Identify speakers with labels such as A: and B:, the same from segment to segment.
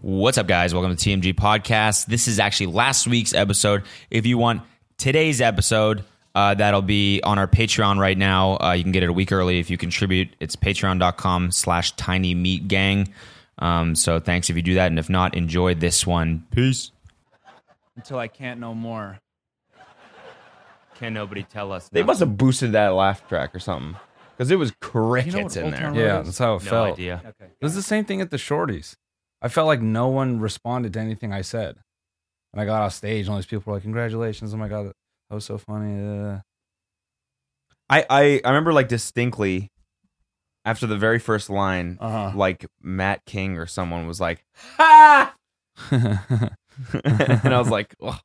A: What's up, guys? Welcome to TMG Podcast. This is actually last week's episode. If you want today's episode, uh, that'll be on our Patreon right now. Uh, you can get it a week early if you contribute. It's patreon.com slash tiny meat gang. Um, so thanks if you do that. And if not, enjoy this one. Peace.
B: until I can't no more.
A: Can nobody tell us?
C: They must have boosted that laugh track or something because it was crickets
B: what
C: in
B: Old
C: there.
B: Town
D: Yeah,
B: Road is?
D: that's how it
A: no
D: felt.
A: idea.
B: Okay.
D: It was the same thing at the shorties. I felt like no one responded to anything I said. And I got off stage, and all these people were like, Congratulations. Oh my God, that was so funny. Uh,
C: I, I I remember like distinctly after the very first line,
B: Uh-huh.
C: like Matt King or someone was like, Uh. "Ha!" and I was like, oh,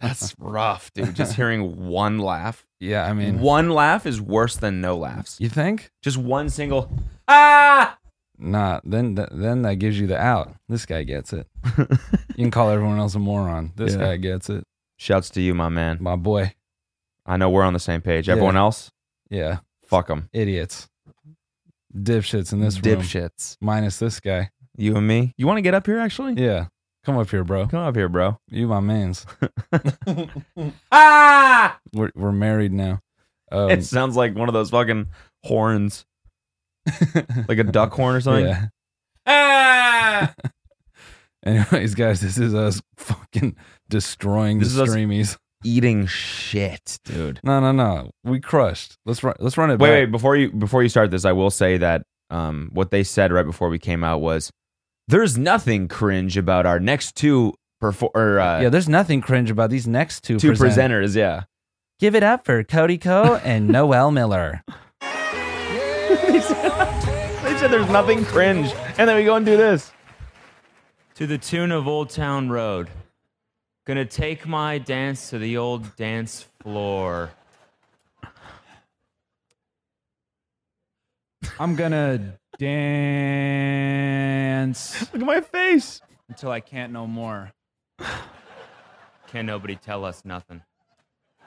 C: "That's rough, dude." Just hearing one laugh.
D: yeah, I mean,
C: one laugh is worse than no laughs.
D: you think?
C: Just one single ah.
D: Nah, then th- then that gives you the out. This guy gets it. You can call everyone else a moron. This
C: Yeah.
D: guy gets it.
C: Shouts to you, my man.
D: My boy.
C: I know we're on the same page. Everyone
D: Yeah.
C: else,
D: Yeah,
C: fuck them.
D: idiots. Dipshits in this room.
C: Dipshits.
D: Minus this guy.
C: You and me. You want to get up here, actually?
D: Yeah. Come up here, bro.
C: Come up here, bro.
D: You my mans.
C: Ah!
D: We're, we're married now. Um,
C: it sounds like one of those fucking horns, like a duck horn or something.
D: Yeah.
C: Ah!
D: Anyways, guys, this is us fucking destroying
C: This is
D: the
C: us-
D: streamies.
C: Eating shit, dude.
D: No, no, no. We crushed. Let's run. Let's run it
C: Wait,
D: back.
C: wait. Before you before you start this, I will say that um, what they said right before we came out was, "There's nothing cringe about our next two perfor- or, uh,
D: yeah, there's nothing cringe about these next two.
C: two
D: present-
C: presenters." Yeah,
D: Give it up for Cody Ko and Noel Miller.
C: they said there's nothing cringe, and then we go and do this.
A: To the tune of Old Town Road. Gonna take my dance to the old dance floor.
B: I'm gonna dance
C: Look at my face.
B: until I can't no more.
A: Can nobody tell us nothing?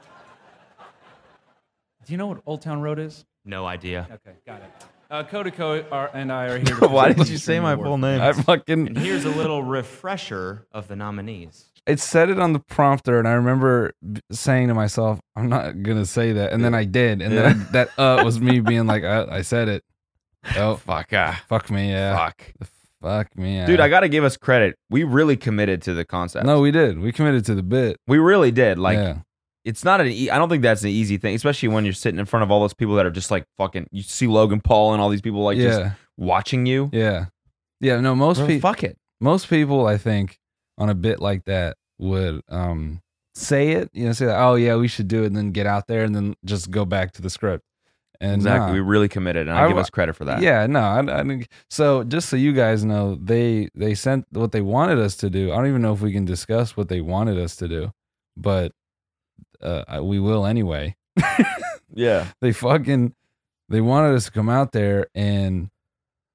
B: Do you know what Old Town Road is?
A: No idea.
B: Okay, got it. Uh, Kodako are, and I are here. to
C: Why
B: present
C: did you
B: Eastern
C: say my
B: War.
C: full name?
D: I fucking
A: And here's a little refresher of the nominees.
D: it said it on the prompter, and I remember b- saying to myself, "I'm not gonna say that," and then I did, and then I, that uh was me being like, uh, "I said it." Oh
C: fuck. Ah,
D: fuck me, yeah.
C: fuck.
D: Fuck me, yeah.
C: Dude, I gotta give us credit. We really committed to the concept.
D: no, we did. We committed to the bit.
C: we really did. Like,
D: yeah.
C: it's not an. E- I don't think that's an easy thing, especially when you're sitting in front of all those people that are just like fucking. You see Logan Paul and all these people like
D: yeah,
C: just watching you.
D: yeah, yeah. No, most
C: Well,
D: people,
C: fuck it.
D: most people, I think, on a bit like that would um say it. You know, say, "Oh yeah, we should do it," and then get out there and then just go back to the script. And
C: Exactly.
D: nah.
C: We really committed, and I,
D: I
C: give
D: wa-
C: us credit for that.
D: Yeah, no. I, I didn't- so just so you guys know, they they sent what they wanted us to do. I don't even know if we can discuss what they wanted us to do, but uh, I- we will anyway.
C: Yeah.
D: They fucking they wanted us to come out there and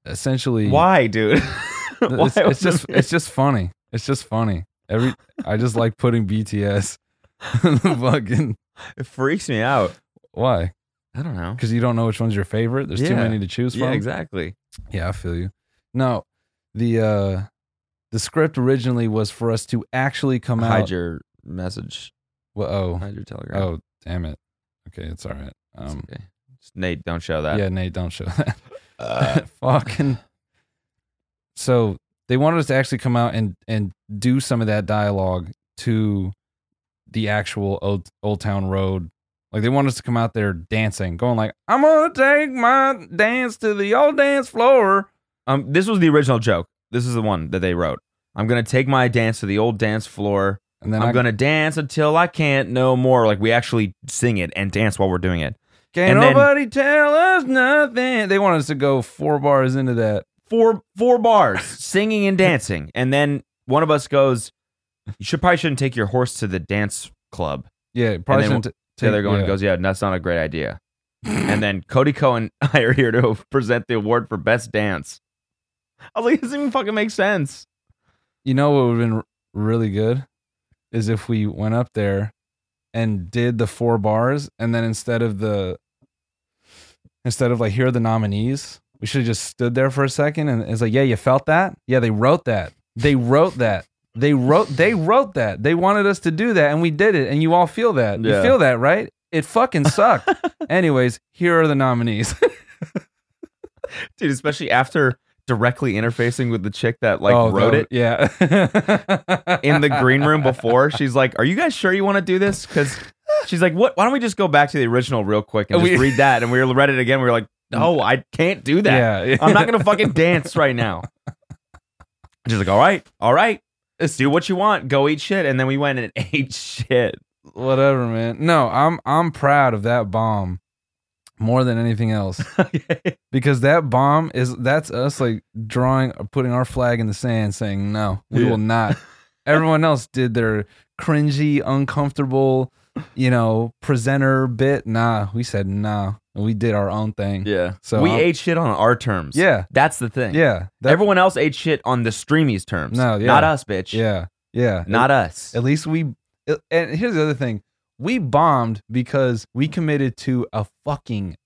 D: essentially
C: Why, dude? Why
D: It's, it's
C: was
D: just
C: it-
D: it's just funny. It's just funny. Every I just like putting BTS. in the fucking
C: it freaks me out.
D: why?
C: I don't know.
D: Because you don't know which one's your favorite. There's too
C: Yeah.
D: many to choose from.
C: Yeah, exactly.
D: Yeah, I feel you. No, the uh the script originally was for us to actually come
C: Hide
D: out.
C: your message.
D: Well, oh,
C: Hide your telegram.
D: oh, damn it. Okay, it's all right.
C: It's
D: Um,
C: okay. Just, Nate, don't show that.
D: yeah, Nate, don't show that.
C: Uh,
D: Fucking. So they wanted us to actually come out and and do some of that dialogue to the actual old Old Town Road. Like they wanted us to come out there dancing, going like, "I'm gonna take my dance to the old dance floor."
C: um, this was the original joke. This is the one that they wrote. I'm gonna take my dance to the old dance floor.
D: And then
C: I'm
D: I
C: gonna dance until I can't no more. Like we actually sing it and dance while we're doing it.
D: Can't
C: And then-
D: nobody tell us nothing. They want us to go four bars into that.
C: Four four bars, singing and dancing, and then one of us goes, "You should probably shouldn't take your horse to the dance club."
D: Yeah, probably
C: then
D: shouldn't t-
C: The other
D: take-
C: going
D: yeah.
C: goes, "Yeah, that's not a great idea." and then Cody Cohen and I are here to present the award for best dance. I was like, "This doesn't even fucking make sense."
D: You know what would have been r- really good is if we went up there and did the four bars, and then instead of the instead of like here are the nominees, we should have just stood there for a second and it's like, yeah, you felt that? Yeah, they wrote that. They wrote that. They wrote they wrote that. They wanted us to do that and we did it and you all feel that.
C: Yeah.
D: You feel that, right? It fucking sucked. Anyways, here are the nominees.
C: dude. Especially after directly interfacing with the chick that like
D: Oh,
C: wrote
D: no.
C: it
D: Yeah.
C: in the green room before. She's like, "Are you guys sure you want to do this?" Because she's like, "What? Why don't we just go back to the original real quick and just
D: We- Mm.
C: read that?" And we read it again. We were like, "No, I can't do that.
D: Yeah.
C: I'm not gonna fucking dance right now." And She's like, "All right, all right, let's do what you want. Go eat shit." And then we went and ate shit.
D: whatever, man. No, I'm I'm proud of that bomb more than anything else because that bomb is that's us like drawing putting our flag in the sand saying no, we
C: Yeah.
D: will not. Everyone else did their cringy, uncomfortable, you know, presenter bit. Nah, we said nah, and we did our own thing.
C: Yeah. So
D: So
C: we
D: I'm-
C: ate shit on our terms.
D: Yeah.
C: That's the thing.
D: Yeah. that-
C: Everyone else ate shit on the streamies terms.
D: No, yeah.
C: Not us, bitch.
D: yeah. Yeah.
C: Not us.
D: At least we. uh, And here's the other thing: we bombed because we committed to a fucking,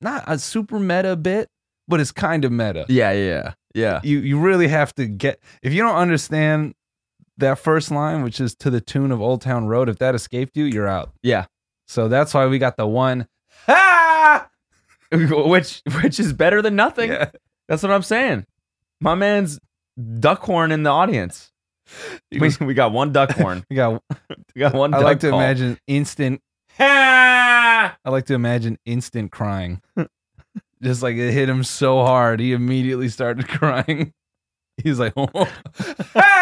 D: not a super meta bit, but it's kind of meta.
C: Yeah, yeah, yeah.
D: You you really have to get if you don't understand that first line, which is to the tune of Old Town Road. If that escaped you, you're out.
C: Yeah.
D: So that's why we got the one. Ha!
C: which which is better than nothing.
D: Yeah.
C: That's what I'm saying. My man's duckhorn in the audience. We, we got one duckhorn.
D: We got.
C: We got one.
D: I
C: duck
D: like to
C: call.
D: imagine instant.
C: Ha!
D: I like to imagine instant crying. Just like it hit him so hard, he immediately started crying. He's like, oh.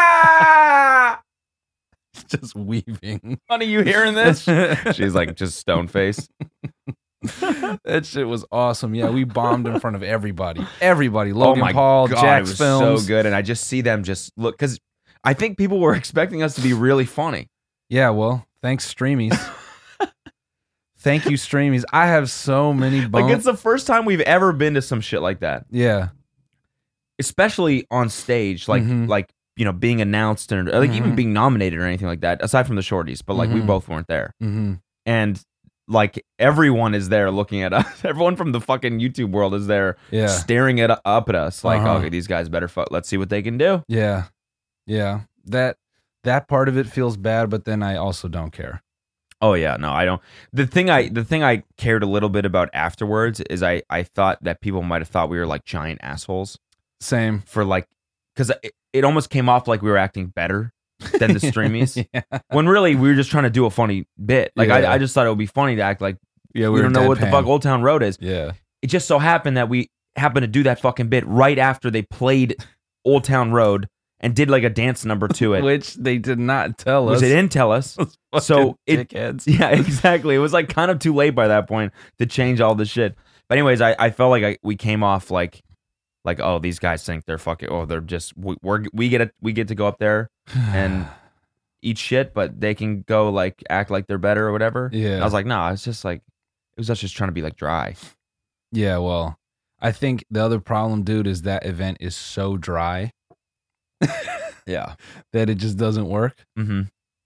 C: Ha!
D: just weaving.
C: Funny you hearing this?
D: that
C: She's like just stone face.
D: shit was awesome. Yeah, we bombed in front of everybody. Everybody. Logan
C: oh my
D: Paul,
C: God, it
D: Jax
C: was
D: Films.
C: so good, and I just see them just look because I think people were expecting us to be really funny.
D: Yeah, well, thanks, Streamies. Thank you, Streamies. I have so many bombs.
C: Like it's the first time we've ever been to some shit like that,
D: yeah.
C: especially on stage, like
D: Mhm.
C: like you know being announced and or, like even
D: Mhm.
C: being nominated or anything like that. Aside from the shorties, but like we
D: Mhm.
C: both weren't there,
D: hmm
C: and like everyone is there looking at us. Everyone from the fucking YouTube world is there
D: Yeah.
C: staring at up at us, like
D: Uh-huh.
C: okay, these guys better fuck. Let's see what they can do.
D: Yeah. Yeah. That that part of it feels bad, but then I also don't care.
C: Oh yeah, no, I don't. The thing I the thing I cared a little bit about afterwards is I I thought that people might have thought we were like giant assholes
D: Same.
C: for like because it, it almost came off like we were acting better than the streamies
D: yeah.
C: when really we were just trying to do a funny bit. Like
D: Yeah.
C: I I just thought it would be funny to act like
D: Yeah,
C: we,
D: were
C: don't know what the
D: deadpan.
C: fuck Old Town Road is.
D: Yeah.
C: It just so happened that we happened to do that fucking bit right after they played Old Town Road and did like a dance number to it,
D: Which they did not tell
C: which
D: us.
C: they didn't tell us. So it,
D: dickheads.
C: Yeah, exactly. It was like kind of too late by that point to change all this shit. But anyways, I, I felt like I, we came off like like oh these guys think they're fucking oh they're just we, we're we get a, we get to go up there and eat shit, but they can go like act like they're better or whatever.
D: Yeah.
C: And I was like, nah, it's just like it was us just trying to be like dry.
D: Yeah, well, I think the other problem, dude, is that event is so dry
C: Yeah.
D: that it just doesn't work.
C: Mm-hmm.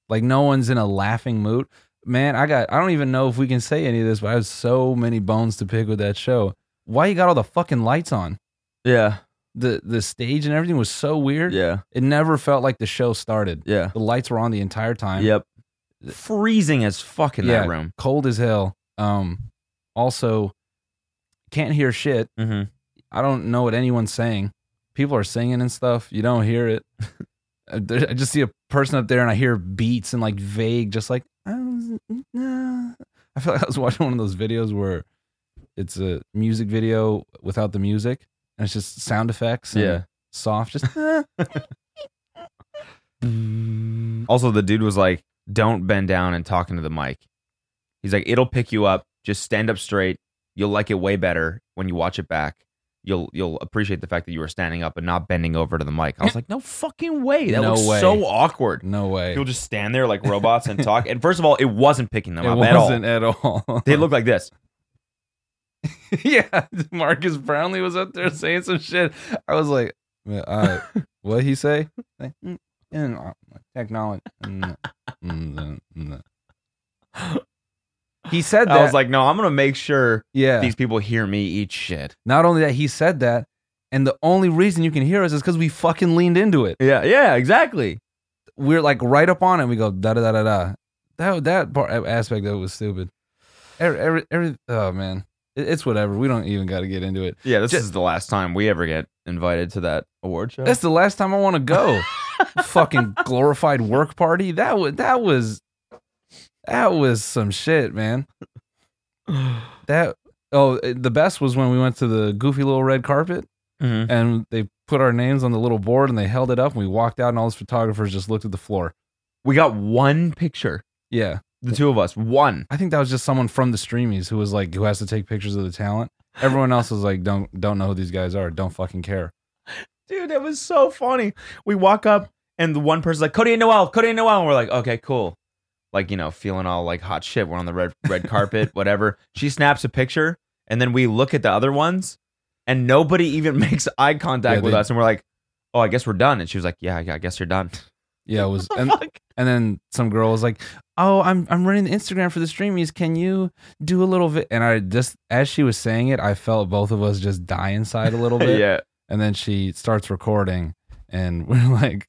D: Like no one's in a laughing mood. Man, I got I don't even know if we can say any of this, but I have so many bones to pick with that show. Why you got all the fucking lights on?
C: Yeah.
D: The the stage and everything was so weird.
C: Yeah.
D: It never felt like the show started.
C: Yeah.
D: The lights were on the entire time.
C: Yep. Freezing as fuck in
D: Yeah.
C: that room.
D: Cold as hell. Um also can't hear shit.
C: Mm-hmm.
D: I don't know what anyone's saying. People are singing and stuff. You don't hear it. I there- I just see a person up there and I hear beats and like vague, just like I was- nah. I feel like I was watching one of those videos where it's a music video without the music and it's just sound effects. And
C: Yeah.
D: Soft, just "Ah."
C: Also, the dude was like, "Don't bend down and talk into the mic." He's like, "It'll pick you up. Just stand up straight. You'll like it way better when you watch it back. You'll you'll appreciate the fact that you were standing up and not bending over to the mic." I was like, "No fucking way. That
D: No
C: looks
D: way.
C: so awkward."
D: no way.
C: People just stand there like robots and talk. And first of all, it wasn't picking them
D: it
C: up
D: wasn't
C: at all.
D: at all.
C: They look like this.
D: yeah, Marcus Brownlee was up there saying some shit. I was like, "Yeah, uh, what he say? Like, "Mm, and, uh, Technology. Mm, mm, mm, mm." He said that.
C: I was like, "No, I'm gonna make sure
D: yeah.
C: these people hear me eat shit."
D: Not only that, he said that. And the only reason you can hear us is because we fucking leaned into it.
C: Yeah, yeah, exactly.
D: We're like right up on it. We go da da da da da. That that part aspect of it was stupid. Every, every, every oh man, It- it's whatever. We don't even got to get into it.
C: Yeah, this
D: Just-
C: is the last time we ever get invited to that award show.
D: That's the last time I want to go. Fucking glorified work party. That was that was that was some shit, man.
C: Mm-hmm.
D: That oh, the best was when we went to the goofy little red carpet
C: Mhm.
D: and they put our names on the little board and they held it up and we walked out and all those photographers just looked at the floor.
C: We got one picture,
D: Yeah,
C: the two of us, one.
D: I think that was just someone from the streamies who was like who has to take pictures of the talent. Everyone else was like, don't don't know who these guys are. Don't fucking care.
C: Dude, it was so funny. We walk up and the one person's like, Cody and Noel, Cody and Noel. And we're like, okay, cool. Like, you know, feeling all like hot shit. We're on the red red carpet, whatever. She snaps a picture and then we look at the other ones and nobody even makes eye contact
D: Yeah,
C: with
D: they-
C: us. And we're like, oh, I guess we're done. And she was like, yeah, yeah I guess you're done.
D: Yeah, it was and
C: Fuck.
D: And then some girl was like, "Oh, I'm I'm running the Instagram for the streamies. Can you do a little bit?" And I just as she was saying it, I felt both of us just die inside a little bit.
C: yeah.
D: And then she starts recording, and we're like,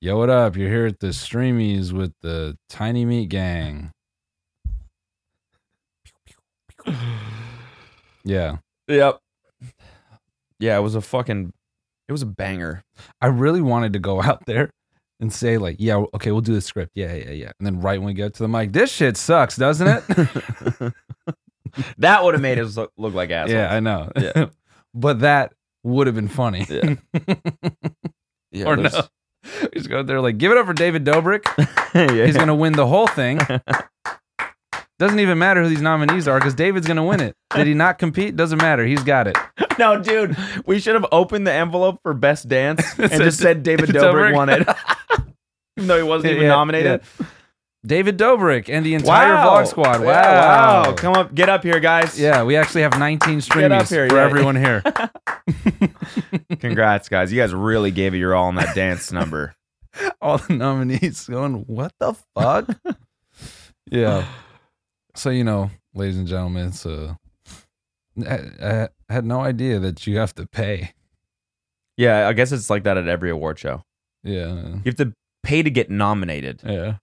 D: "Yo, what up? You're here at the streamies with the Tiny Meat Gang." Yeah,
C: Yep. Yeah, it was a fucking, it was a banger.
D: I really wanted to go out there and say like, "Yeah, okay, we'll do the script. Yeah, yeah, yeah." And then right when we get to the mic, this shit sucks, doesn't it?
C: That would have made us look, look like assholes.
D: Yeah, I know.
C: Yeah.
D: but that would have been funny.
C: Yeah. Yeah,
D: or no.
C: there's-
D: We just go there like, give it up for David Dobrik.
C: yeah.
D: He's going to win the whole thing. Doesn't even matter who these nominees are because David's going to win it. Did he not compete? Doesn't matter. He's got it.
C: No, dude, we should have opened the envelope for best dance and
D: Said-
C: just said David
D: David
C: Dobrik
D: Dobrik.
C: won it. Even though he wasn't even
D: Yeah,
C: nominated.
D: yeah. David Dobrik and the entire Vlog Squad. Wow.
C: Yeah, wow. Come up, get up here, guys.
D: Yeah, we actually have 19
C: Get up
D: streamies
C: here,
D: for
C: yeah.
D: everyone here.
C: Congrats, guys. You guys really gave it your all on that dance number.
D: all the nominees going, what the fuck? yeah. So, you know, ladies and gentlemen, it's uh, I, I had no idea that you have to pay.
C: Yeah, I guess it's like that at every award show.
D: Yeah.
C: You have to pay to get nominated,
D: Yeah.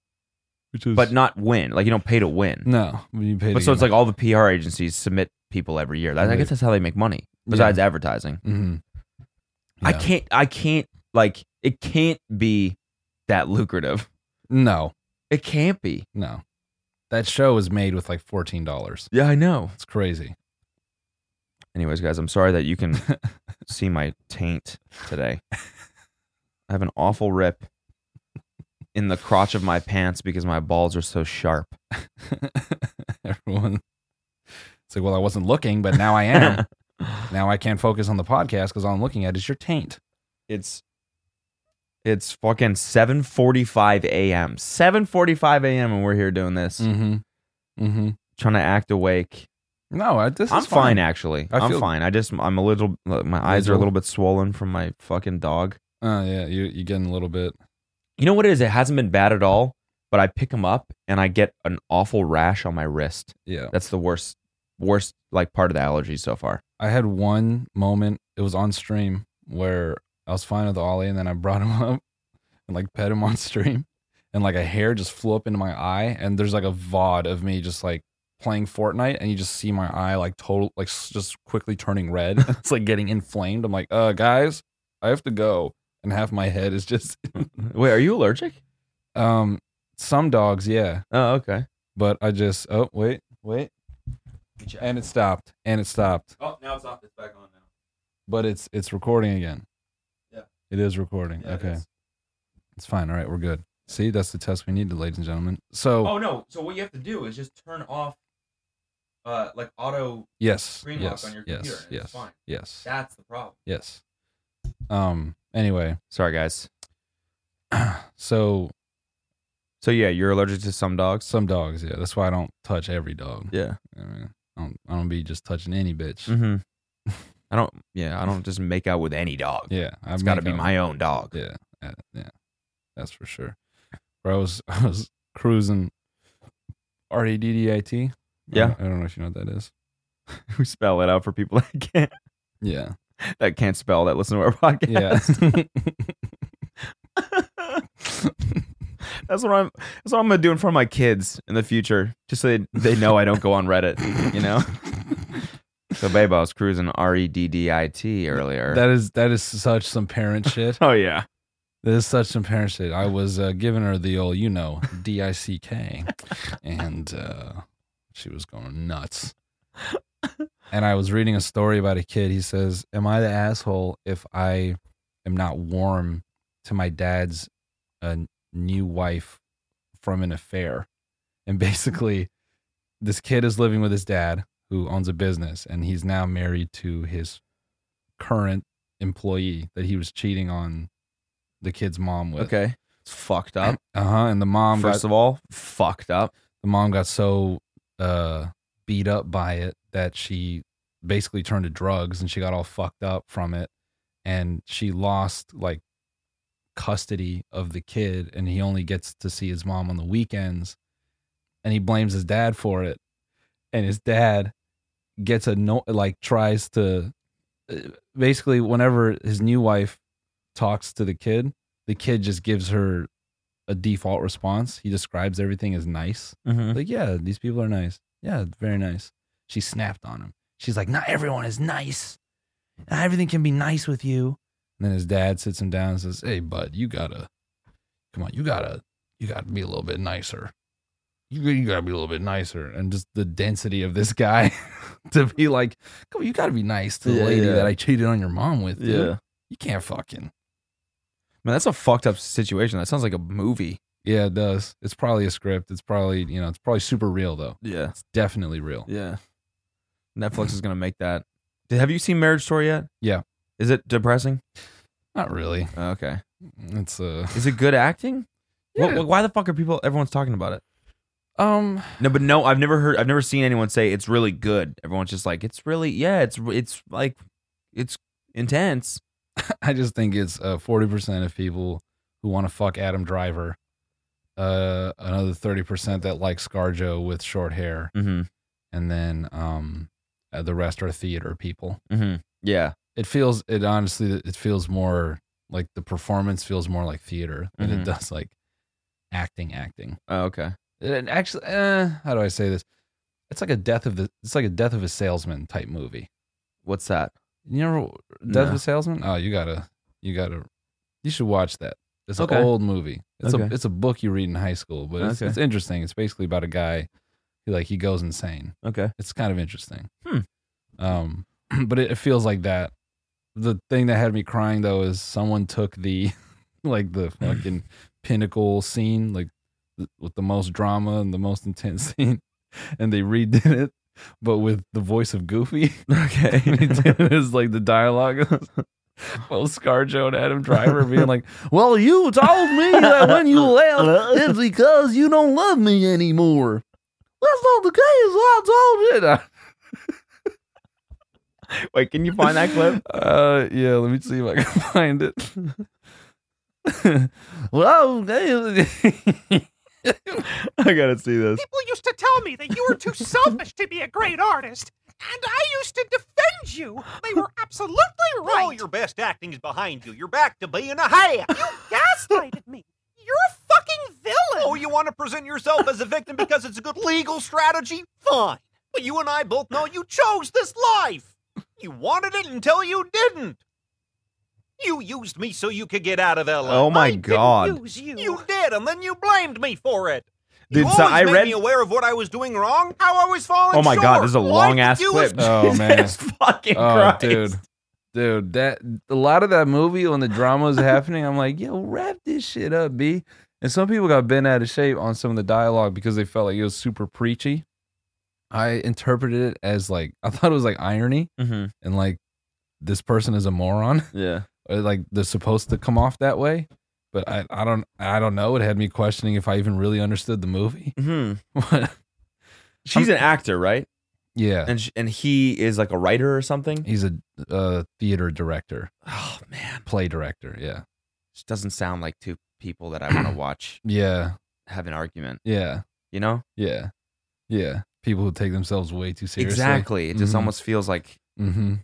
D: Which is,
C: but not win. Like you don't pay to win.
D: no, you pay.
C: But so it's like all the PR agencies submit people every year. That, I guess that's how they make money. Besides advertising.
D: hmm Mm-hmm.
C: I can't I can't like it can't be that lucrative.
D: No,
C: It can't be.
D: no. That show was made with like $14.
C: Yeah, I know.
D: It's crazy.
C: Anyways, guys, I'm sorry that you can see my taint today. I have an awful rip in the crotch of my pants because my balls are so sharp.
D: Everyone. It's like, well, I wasn't looking, but now I am. now I can't focus on the podcast because all I'm looking at is your taint.
C: It's it's fucking 7:45 a.m. 7:45 a.m. and we're here doing this,
D: Mm hmm. Mm hmm.
C: trying to act awake.
D: No, I, this
C: I'm
D: is
C: fine, actually.
D: I
C: I am
D: feel-
C: fine. I just I'm a little my eyes are a
D: Visual.
C: little bit swollen from my fucking dog.
D: Oh yeah, you you getting a little bit.
C: You know what it is? It hasn't been bad at all, but I pick them up and I get an awful rash on my wrist.
D: Yeah,
C: That's the worst, worst like part of the allergy so far.
D: I had one moment. It was on stream where I was fine with Ollie, and then I brought him up and like pet him on stream, and like a hair just flew up into my eye, and there's like a vod of me just like playing Fortnite, and you just see my eye like total like s- just quickly turning red. it's like getting inflamed. I'm like, uh, guys, I have to go, and half my head is just
C: Wait, are you allergic?
D: um some dogs, yeah.
C: Oh, okay.
D: but I just oh wait wait, and it stopped and it stopped.
C: Oh, now it's off. It's back on now.
D: But it's it's recording again.
C: Yeah.
D: it is recording. okay, it's fine. All right, we're good. See, that's the test we needed, ladies and gentlemen. So
C: Oh, no. So what you have to do is just turn off, uh, like auto.
D: yes,
C: screen lock
D: yes,
C: on your
D: yes,
C: computer, and it's
D: yes,
C: fine.
D: yes,
C: That's the problem.
D: yes. Um. Anyway,
C: Sorry, guys.
D: so
C: So yeah, you're allergic to some dogs.
D: some dogs, yeah. That's why I don't touch every dog.
C: Yeah.
D: I, mean, I don't. I don't be just touching any bitch.
C: Mm-hmm. I don't. Yeah, I don't just make out with any dog.
D: Yeah, I've
C: it's got to be my own dog.
D: Yeah, uh, yeah, that's for sure. Where I was, I was cruising R E D D I T.
C: Yeah.
D: I don't know if you know what that is.
C: we spell it out for people that can't.
D: Yeah,
C: that can't spell that listen to our podcast.
D: Yeah.
C: That's what I'm. That's what I'm gonna do in front of my kids in the future, just so they, they know I don't go on Reddit. You know. so, babe, I was cruising R E D D I T earlier.
D: that is that is such some parent shit.
C: oh yeah.
D: That is such some parent shit. I was uh, giving her the old, you know, D I C K, and uh, she was going nuts. And I was reading a story about a kid. He says, "Am I the asshole if I am not warm to my dad's uh, new wife from an affair?" And basically, this kid is living with his dad, who owns a business, and he's now married to his current employee that he was cheating on the kid's mom with.
C: Okay. It's fucked up.
D: Uh huh. And the mom got
C: First of all, fucked up.
D: the mom got so uh, beat up by it that she basically turned to drugs and she got all fucked up from it, and she lost like custody of the kid, and he only gets to see his mom on the weekends, and he blames his dad for it, and his dad gets a no like tries to uh, basically whenever his new wife talks to the kid the kid just gives her a default response he describes everything as nice
C: Hmm.
D: like, yeah, these people are nice. Yeah, very nice. She snapped on him. She's like, not everyone is nice. Not everything can be nice with you. And then his dad sits him down and says, Hey, bud, you gotta, come on, you gotta, you gotta be a little bit nicer. You, you gotta be a little bit nicer. And just the density of this guy to be like, Come on, you gotta be nice to the
C: Yeah,
D: lady
C: yeah.
D: that I cheated on your mom with. dude.
C: Yeah.
D: You can't fucking.
C: Man, that's a fucked up situation. That sounds like a movie.
D: Yeah, it does. It's probably a script. It's probably, you know, it's probably super real though.
C: Yeah.
D: It's definitely real.
C: Yeah. Netflix is gonna make that. Did, have you seen Marriage Story yet?
D: Yeah.
C: Is it depressing?
D: Not really.
C: Oh, okay.
D: It's uh
C: Is it good acting? Wh-
D: Yeah.
C: wh- why the fuck are people? Everyone's talking about it.
D: um
C: No, but no, I've never heard. I've never seen anyone say it's really good. Everyone's just like, it's really yeah. It's it's like, it's intense.
D: I just think it's uh, forty percent of people who want to fuck Adam Driver, uh, another thirty percent that like ScarJo with short hair,
C: Mm-hmm.
D: and then um, uh, the rest are theater people.
C: Mm-hmm. Yeah.
D: It feels it honestly. It feels more like the performance feels more like theater than
C: Mhm.
D: it does like acting. Acting.
C: Oh, okay.
D: And actually, eh, how do I say this? It's like a death of the. It's like a death of a salesman type movie.
C: What's that?
D: You never Death of
C: No.
D: a Salesman? Oh, you gotta, you gotta, you should watch that. It's
C: Okay.
D: an old movie. It's
C: Okay.
D: a it's a book you read in high school, but it's,
C: Okay.
D: it's interesting. It's basically about a guy who like he goes insane.
C: Okay.
D: It's kind of interesting.
C: Hmm.
D: Um, but it, it feels like that. The thing that had me crying though is someone took the, like the
C: Hmm.
D: fucking pinnacle scene, like th- with the most drama and the most intense scene, and they redid it, but with the voice of Goofy. And he
C: Okay.
D: did it as like the dialogue of well Scarjo and Adam Driver being like, Well, you told me that when you left it's because you don't love me anymore. That's not the case. I told you. that."
C: Wait, can you find that clip?
D: Uh yeah, let me see if I can find it. well, okay.
C: I gotta see this.
E: People used to tell me that you were too selfish to be a great artist, and I used to defend you. They were absolutely right.
F: All your best acting is behind you. You're back to being a hack.
E: You gaslighted me. You're a fucking villain.
F: Oh, you want to present yourself as a victim because it's a good legal strategy? Fine. But you and I both know you chose this life. You wanted it until you didn't. You used me so you could get out of LA.
C: Oh my
E: I
C: god.
E: Didn't use you.
F: You did, and then you blamed me for it.
C: Dude,
F: you
C: so
F: always
C: I
F: made
C: read-
F: me aware of what I was doing wrong, how I was falling
C: Oh my god,
F: short.
C: this is a
F: Why
C: long
F: did
C: ass
F: you
C: clip.
D: Oh, man.
C: Jesus fucking
D: oh
C: Christ.
D: dude. Dude, that a lot of that movie when the drama is happening, I'm like, yo, wrap this shit up, B. And some people got bent out of shape on some of the dialogue because they felt like it was super preachy. I interpreted it as like I thought it was like irony
C: Mm-hmm.
D: and like this person is a moron.
C: Yeah.
D: Or like they're supposed to come off that way. But I, I don't I don't know. It had me questioning if I even really understood the movie.
C: Mm-hmm. She's an actor, right?
D: yeah.
C: And sh- and he is like a writer or something.
D: He's a uh, theater director,
C: Oh man,
D: play director. Yeah.
C: just doesn't sound like two people that I want to watch
D: Yeah.
C: have an argument.
D: Yeah.
C: You know?
D: Yeah. Yeah. People who take themselves way too seriously.
C: Exactly. It just
D: Mhm.
C: almost feels like
D: Mm-hmm.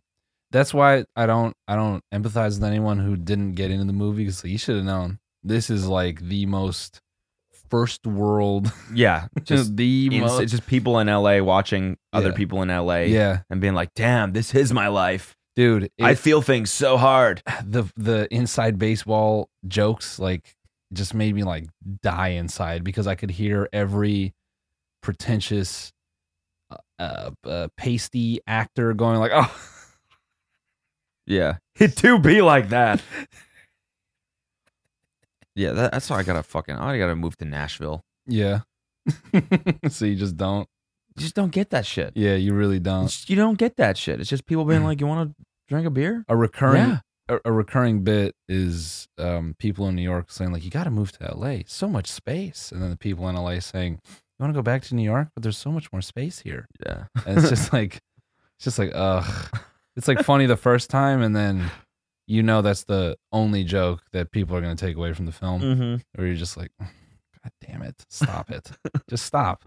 D: that's why I don't I don't empathize with anyone who didn't get into the movie because you should have known this is like the most first world,
C: Yeah, just
D: just the
C: ins-
D: most
C: it's just people in LA watching other
D: Yeah.
C: people in LA,
D: yeah,
C: and being like, "Damn, this is my life.
D: dude.
C: I
D: it-
C: feel things so hard."
D: the the inside baseball jokes like just made me like die inside because I could hear every pretentious uh, uh pasty actor going like oh
C: Yeah, it do be like that. yeah, that, that's why I gotta fucking. I gotta move to Nashville.
D: yeah so you just don't
C: You just don't get that shit.
D: yeah you really
C: You
D: don't
C: just- You don't get that shit. It's just people being like, "You want to drink a beer?"
D: a recurring
C: Yeah.
D: a, a recurring bit is um people in New York saying like you got to move to LA so much space and then the people in LA saying you want to go back to New York but there's so much more space here
C: Yeah,
D: And it's just like it's just like ugh. It's like funny the first time and then you know that's the only joke that people are gonna take away from the film.
C: mm-hmm.
D: Or you're just like, God damn it, stop it. just stop.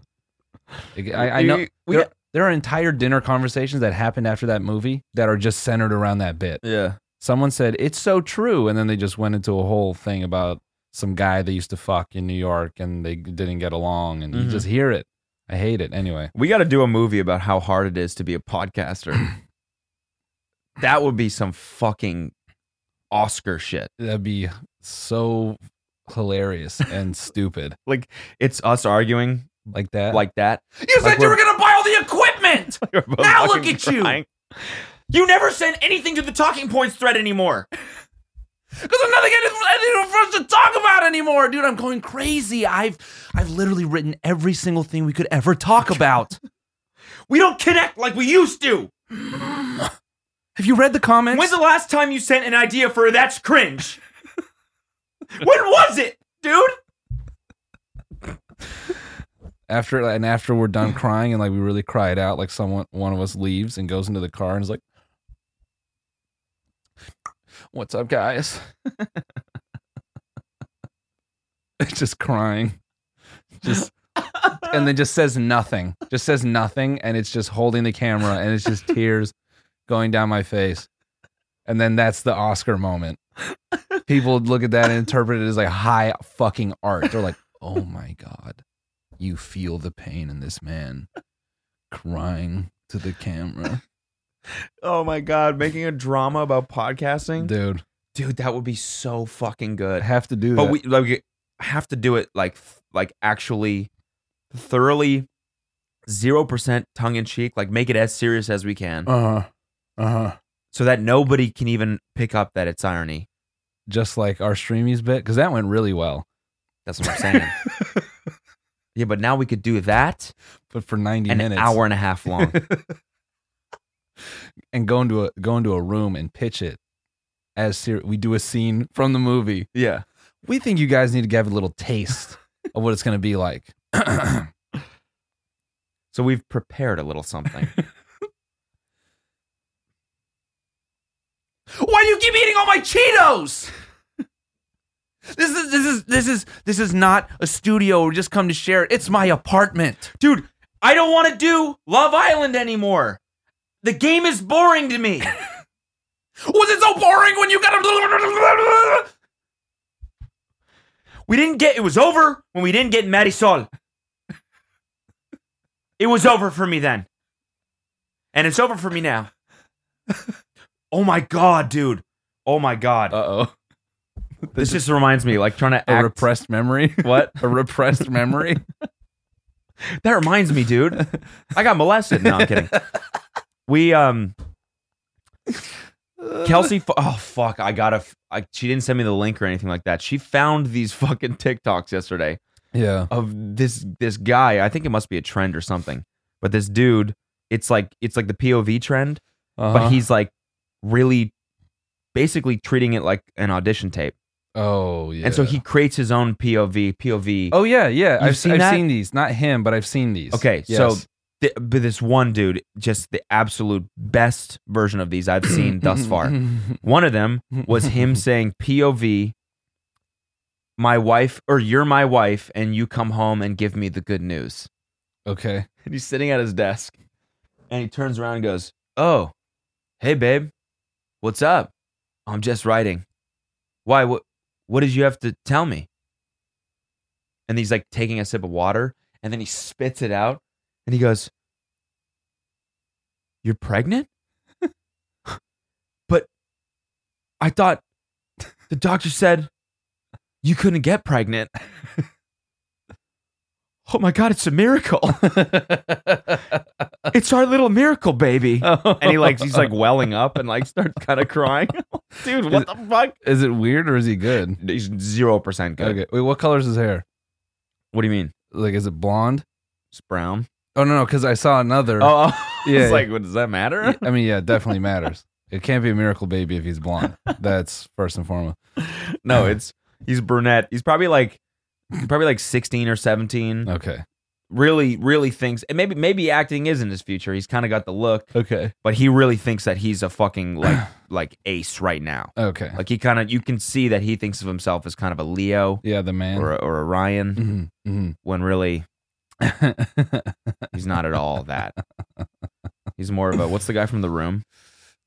D: Like, I, I know
C: We,
D: there, there are entire dinner conversations that happened after that movie that are just centered around that bit.
C: yeah,
D: Someone said, It's so true, and then they just went into a whole thing about some guy they used to fuck in New York and they didn't get along and
C: Mhm.
D: you just hear it. I hate it anyway.
C: we got to do a movie about how hard it is to be a podcaster. that would be some fucking Oscar shit.
D: that'd be so hilarious and stupid
C: Like it's us arguing
D: like that
C: like that.
G: You
C: Like
G: said you were
C: we're-
G: gonna buy all the equipment.
C: now
G: look at you.
A: You never send anything to the talking points thread anymore.
G: Because I'm not getting anything for us to talk about anymore, dude. I'm going crazy. I've I've literally written every single thing we could ever talk about.
A: We don't connect like we used to.
G: Have you read the comments?
A: When's the last time you sent an idea for a that's cringe? when was it, dude?
D: after and after we're done crying and like we really cry it out like someone one of us leaves and goes into the car and is like what's up guys just crying just and then just says nothing just says nothing and it's just holding the camera and it's just tears going down my face and then that's the oscar moment people would look at that and interpret it as like high fucking art they're like oh my god you feel the pain in this man crying to the camera.
C: Oh my god, making a drama about podcasting, dude,
D: Dude,
C: that would be so fucking
D: I
C: good.
D: have to do
C: But
D: that.
C: we like have to do it like like actually thoroughly zero percent tongue in cheek. Like make it as serious as we can,
D: uh huh. Uh huh.
C: so that nobody can even pick up that it's irony.
D: Just like our streamies bit, because that went really well.
C: That's what I'm saying. yeah, but now we could do that
D: But for 90
C: an
D: minutes.
C: hour and a half long.
D: And go into a go into a room and pitch it as ser- we do a scene from the movie.
C: yeah.
D: We think you guys need to have a little taste of what it's gonna be like.
C: So we've prepared a little something.
G: Why do you keep eating all my Cheetos? this is this is this is this is not a studio. We just come to share it. It's my apartment.
A: Dude, I don't want to do Love Island anymore. The game is boring to me.
G: Was it so boring when you got a?
A: We didn't get it was over when we didn't get Marisol. It was over for me then. And it's over for me now.
C: oh my god, dude. Oh my god.
D: Uh oh.
C: this just reminds me, like trying to
D: A
C: act.
D: repressed memory.
C: what?
D: a repressed memory.
C: That reminds me, dude. I got molested. No, I'm kidding. We um, Kelsey. fu- Oh fuck, I gotta. f- I, she didn't send me the link or anything like that. She found these fucking TikToks yesterday
D: Yeah.
C: of this this guy. I think it must be a trend or something. But this dude, it's like it's like the POV trend,
D: Uh-huh.
C: but he's like really, basically treating it like an audition tape.
D: Oh yeah.
C: And so he creates his own POV. POV.
D: Oh yeah, yeah.
C: seen
D: I've, seen, I've
C: that?
D: seen these. Not him, but I've seen these.
C: Okay, so Th- but this one dude, just the absolute best version of these I've seen
D: Mm-hmm,
C: thus far. One of them was him saying POV. My wife, or you're my wife, and you come home and give me the good news.
D: okay.
C: And he's sitting at his desk, and he turns around and goes, "Oh, hey babe, What's up? I'm just writing. Why? What? What did you have to tell me? And he's like taking a sip of water, and then he spits it out, and he goes, "You're pregnant?" but I thought the doctor said you couldn't get pregnant. oh my god, it's a miracle! it's our little miracle baby. And he like he's like welling up and like starts kind of crying. Dude, what the fuck?
D: Is it weird or is he good?
C: He's zero percent good.
D: Okay. Wait, what color is his hair?
C: What do you mean?
D: Like, is it blonde?
C: It's brown.
D: Oh no, no, because I saw another.
C: Oh, yeah.
D: Yeah,
C: It's like, what does that matter?
D: I mean, yeah, it definitely matters. It can't be a miracle baby if he's blonde. That's first and foremost.
C: no, it's he's brunette. He's probably like probably like sixteen or seventeen.
D: Okay.
C: Really, really thinks and maybe maybe acting is in his future. He's kind of got the look,
D: Okay.
C: but he really thinks that he's a fucking like like ace right now.
D: Okay.
C: Like he kind of you can see that he thinks of himself as kind of a Leo
D: yeah, the man.
C: or a, or a Ryan
D: Mhm, mhm.
C: when really he's not at all that. He's more of a what's the guy from the room?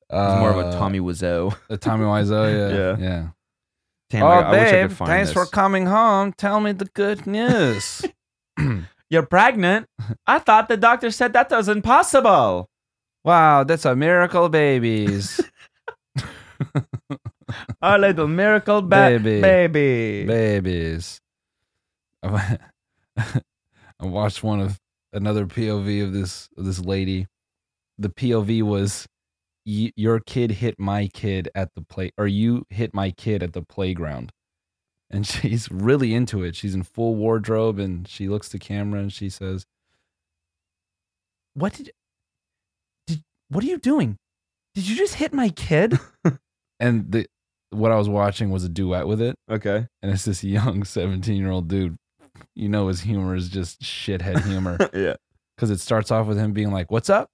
C: He's more of a
D: Uh,
C: Tommy Wiseau.
D: a Uh, Tommy Wiseau. Yeah. yeah. Oh,
C: Damn, I, I wish I could find this.
D: coming home. Tell me the good news.
C: You're pregnant? I thought the doctor said that was impossible.
D: wow, that's a miracle, babies.
C: Our little miracle
D: ba- Baby.
C: baby.
D: babies. I watched one of another POV of this of this lady. The POV was y- your kid hit my kid at the play or you hit my kid at the playground. And she's really into it. She's in full wardrobe and she looks to camera and she says,
G: What did, did? What are you doing? Did you just hit my kid?
D: and the what I was watching was a duet with it.
C: Okay.
D: and it's this young 17 year old dude you know his humor is just shithead humor
C: Yeah.
D: because it starts off with him being like what's up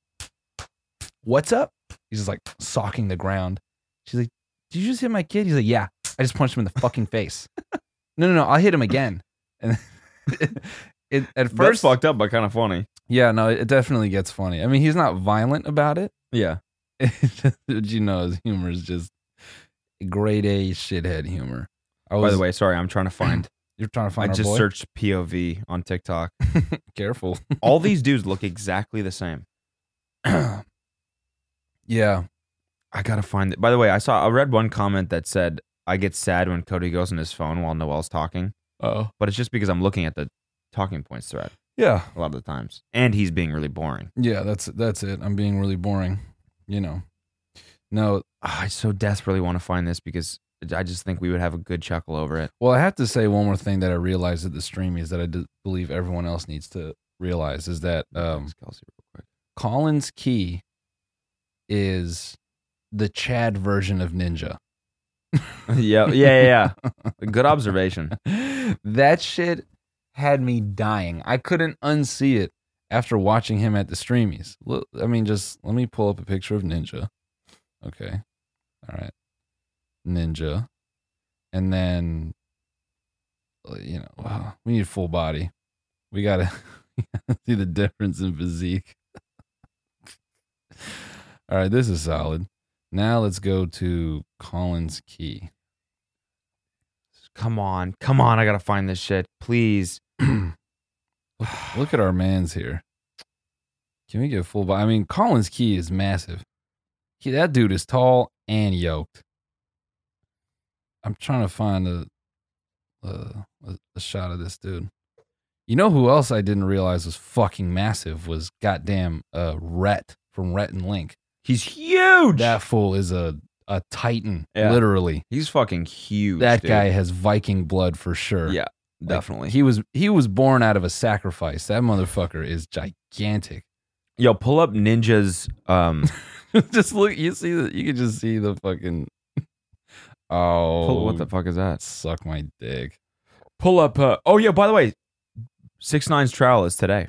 D: what's up he's just like socking the ground she's like did you just hit my kid he's like yeah i just punched him in the fucking face no no no i'll hit him again and it, at
C: First
D: first
C: fucked up, but kind of funny.
D: yeah no it definitely gets funny i mean he's not violent about it
C: Yeah.
D: you know his humor is just grade a shithead humor I
C: By
D: was,
C: the way, sorry, I'm trying to find.
D: you're trying to
C: I
D: find our
C: just
D: boy?
C: searched POV on TikTok.
D: careful
C: All these dudes look exactly the same.
D: yeah.
C: I gotta find it. By the way, I saw I read one comment that said I get sad when Cody goes on his phone while Noel's talking,
D: Oh.
C: but it's just because I'm looking at the talking points thread
D: Yeah.
C: a lot of the times, and he's being really boring.
D: Yeah, that's that's it. I'm being really boring, you know. No,
C: Ah, I so desperately want to find this because I just think we would have a good chuckle over it.
D: well, I have to say one more thing that I realized at the stream is that I do believe everyone else needs to realize is that um
C: Thanks, Kelsey, real quick.
D: Collins Key is the Chad version of Ninja.
C: yeah, yeah, yeah, yeah. Good observation.
D: that shit had me dying. I couldn't unsee it after watching him at the streamies. Look, I mean, just let me pull up a picture of Ninja. Okay. All right. Ninja. And then, uh, you know, wow, we need full body. We got to see the difference in physique. All right. This is solid. Now let's go to Collins Key.
C: Come on, come on! I gotta find this shit, please.
D: Look at our man's here. Can we get full? bo- I mean, Collins Key is massive. He, that dude is tall and yoked. I'm trying to find a, a a- a shot of this dude. You know who else I didn't realize was fucking massive was goddamn uh Rhett from Rhett and Link.
C: He's huge.
D: That fool is a a titan,
C: Yeah.
D: literally.
C: He's fucking huge.
D: That
C: dude.
D: guy has Viking blood for sure.
C: Yeah,
D: Like,
C: definitely.
D: He was he was born out of a sacrifice. That motherfucker is gigantic.
C: Yo, pull up Ninja's. Um,
D: just look you see the, you can just see the fucking oh
C: pull, what the fuck is that?
D: suck my dick
C: Pull up. Uh, oh yeah. By the way, Six Nine's trial is today,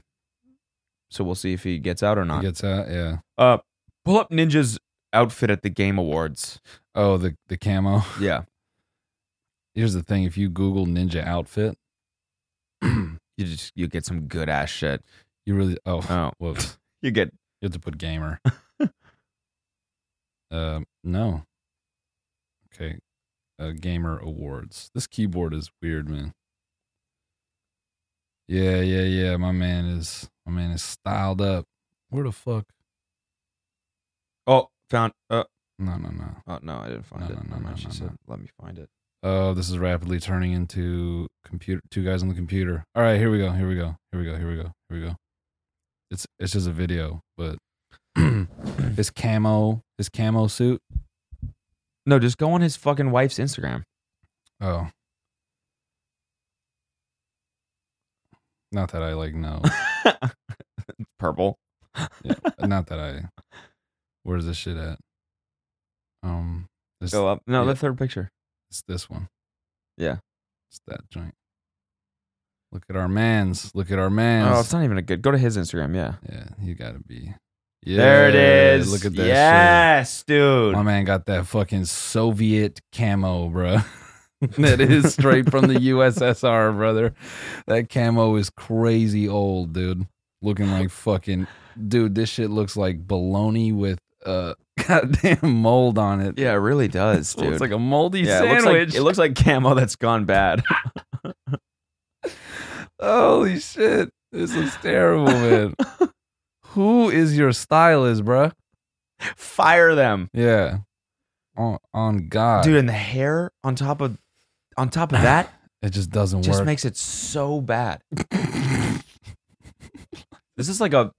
C: so we'll see if he gets out or
D: he
C: not.
D: gets out yeah
C: uh, pull up Ninja's outfit at the Game Awards.
D: oh the the camo
C: Yeah,
D: here's the thing if you google ninja outfit
C: you just you get some good ass shit.
D: you really oh,
C: Oh.
D: whoops
C: You get
D: you have to put gamer um no Okay. Uh, Gamer Awards. This keyboard is weird, man. Yeah, yeah, yeah. My man is my man is styled up. Where the fuck?
C: Oh, found. Uh,
D: No, no, no.
C: oh no, I didn't find
D: No,
C: it.
D: no, no,
C: I
D: no,
C: she
D: no,
C: said,
D: no.
C: "Let me find it."
D: Oh, this is rapidly turning into computer. Two guys on the computer. All right, here we go. Here we go. Here we go. Here we go. Here we go. It's it's just a video, but his camo, his camo suit.
C: No, just go on his fucking wife's Instagram.
D: Oh, not that I like know.
C: Purple.
D: Yeah, not that I. Where's this shit at? Um, this
C: Go up. No,
D: yeah.
C: the third picture.
D: it's this one.
C: Yeah.
D: it's that joint. Look at our man's. Look at our man's.
C: Oh, it's not even a good. Go to his Instagram. Yeah.
D: Yeah, you gotta be. Yeah,
C: There it is.
D: Look at that
C: Yes,
D: shit.
C: dude.
D: My man got that fucking Soviet camo, bro. that is straight from the USSR, brother. That camo is crazy old, dude. Looking like fucking dude. This shit looks like bologna with uh goddamn mold on it.
C: yeah, it really does,
D: It looks
C: dude.
D: like a moldy
C: yeah, it looks,
D: sandwich.
C: like, it looks like camo that's gone bad.
D: Holy shit. This looks terrible, man. Who is your stylist, bruh?
C: Fire them,
D: Yeah. On, on God.
C: dude. And the hair on top of on top of that
D: It just doesn't
C: just
D: work.
C: makes it so bad. this is like a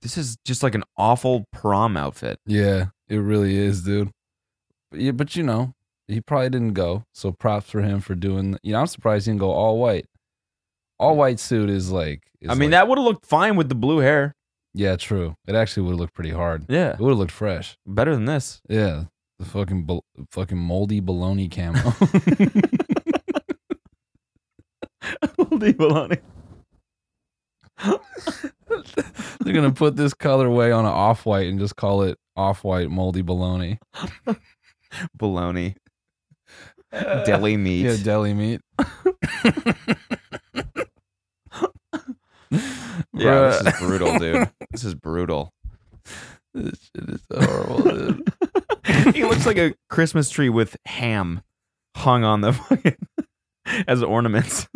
C: this is just like an awful prom outfit.
D: yeah, it really is, dude. But, yeah, but you know, he probably didn't go. So props for him for doing. You know, I'm surprised he didn't go all white. All white suit is like. Is
C: I mean,
D: like-
C: that would have looked fine with the blue hair.
D: Yeah, true. It actually would have looked pretty hard.
C: Yeah,
D: It would have looked fresh.
C: better than this.
D: Yeah, the fucking bol- fucking moldy bologna camo.
C: Leave alone.
D: They're gonna put this colorway on an off white and just call it off white moldy bologna.
C: Bologna, deli meat.
D: Yeah, deli meat.
C: yeah,
D: Bruh.
C: this is brutal, dude. This is brutal.
D: This shit is horrible, dude.
C: he looks like a Christmas tree with ham hung on the fucking as ornaments.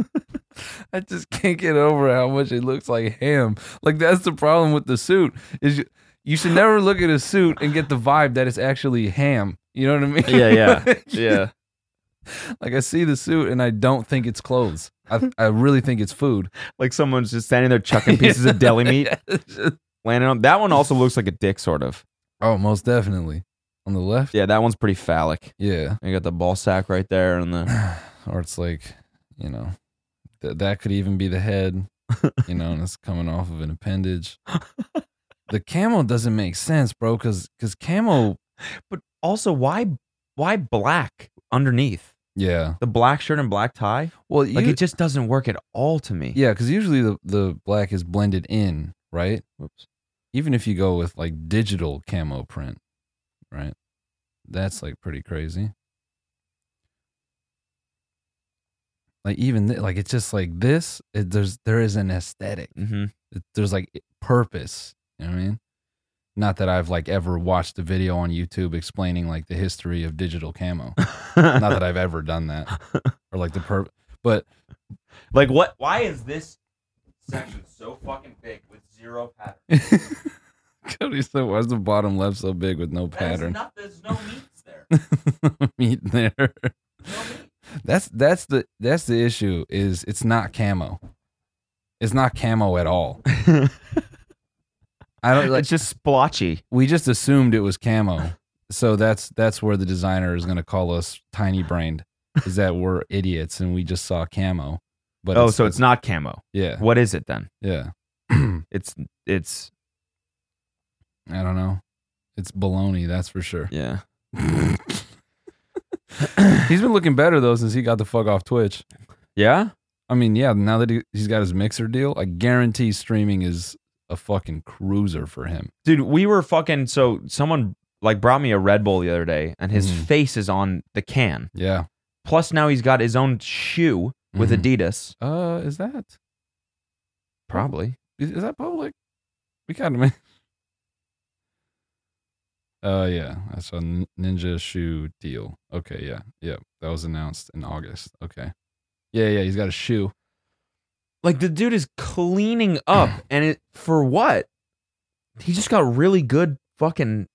D: I just can't get over how much it looks like ham. Like that's the problem with the suit is you, you should never look at a suit and get the vibe that it's actually ham. You know what I mean?
C: Yeah, yeah.
D: Like-
C: Yeah,
D: Like I see the suit and I don't think it's clothes. I I really think it's food.
C: like someone's just standing there chucking pieces of deli meat, landing on that one. Also looks like a dick, sort of.
D: oh, most definitely. On the left?
C: Yeah, that one's pretty phallic.
D: Yeah.
C: You got the ball sack right there, and the
D: or it's like, you know, th- that could even be the head, you know, and it's coming off of an appendage. The camo doesn't make sense, bro, because because camo,
C: but also why why black underneath
D: yeah,
C: the black shirt and black tie?
D: well,
C: Like
D: you,
C: it just doesn't work at all to me.
D: yeah, because usually the the black is blended in, right?
C: Whoops.
D: Even if you go with like digital camo print, right? That's like pretty crazy. Like even th- like it's just like this. It, there's there is an aesthetic.
C: Mm-hmm.
D: it- there's like purpose. You know what I mean? Not that I've like ever watched a video on YouTube explaining like the history of digital camo. Not that I've ever done that or like the pur but
C: like what? Why is this section so fucking big with zero pattern?
D: Cody said, why is the bottom left so big with no pattern?
C: not, there's no meats there.
D: meat there. That's that's the that's the issue is it's not camo. It's not camo at all. I don't like
C: it's just splotchy.
D: we just assumed it was camo. So that's that's where the designer is going to call us tiny brained, is that we're idiots and we just saw camo. But
C: oh, so it's not camo.
D: yeah
C: What is it then?
D: yeah.
C: It's it's
D: I don't know. It's baloney, that's for sure.
C: yeah.
D: He's been looking better though since he got the fuck off Twitch.
C: Yeah.
D: I mean, yeah, now that he, he's got his mixer deal, I guarantee streaming is a fucking cruiser for him.
C: dude we were fucking so someone like brought me a red bull the other day and his
D: Mhm.
C: face is on the can
D: Yeah.
C: plus now he's got his own shoe with
D: Mhm.
C: adidas
D: Uh, is that
C: probably
D: is, is that public? We got him. Uh, yeah, I saw Nin- Ninja Shoe deal. Okay, yeah, yeah, that was announced in August. Okay, yeah, yeah, he's got a shoe.
C: Like the dude is cleaning up, and it for what? He just got really good fucking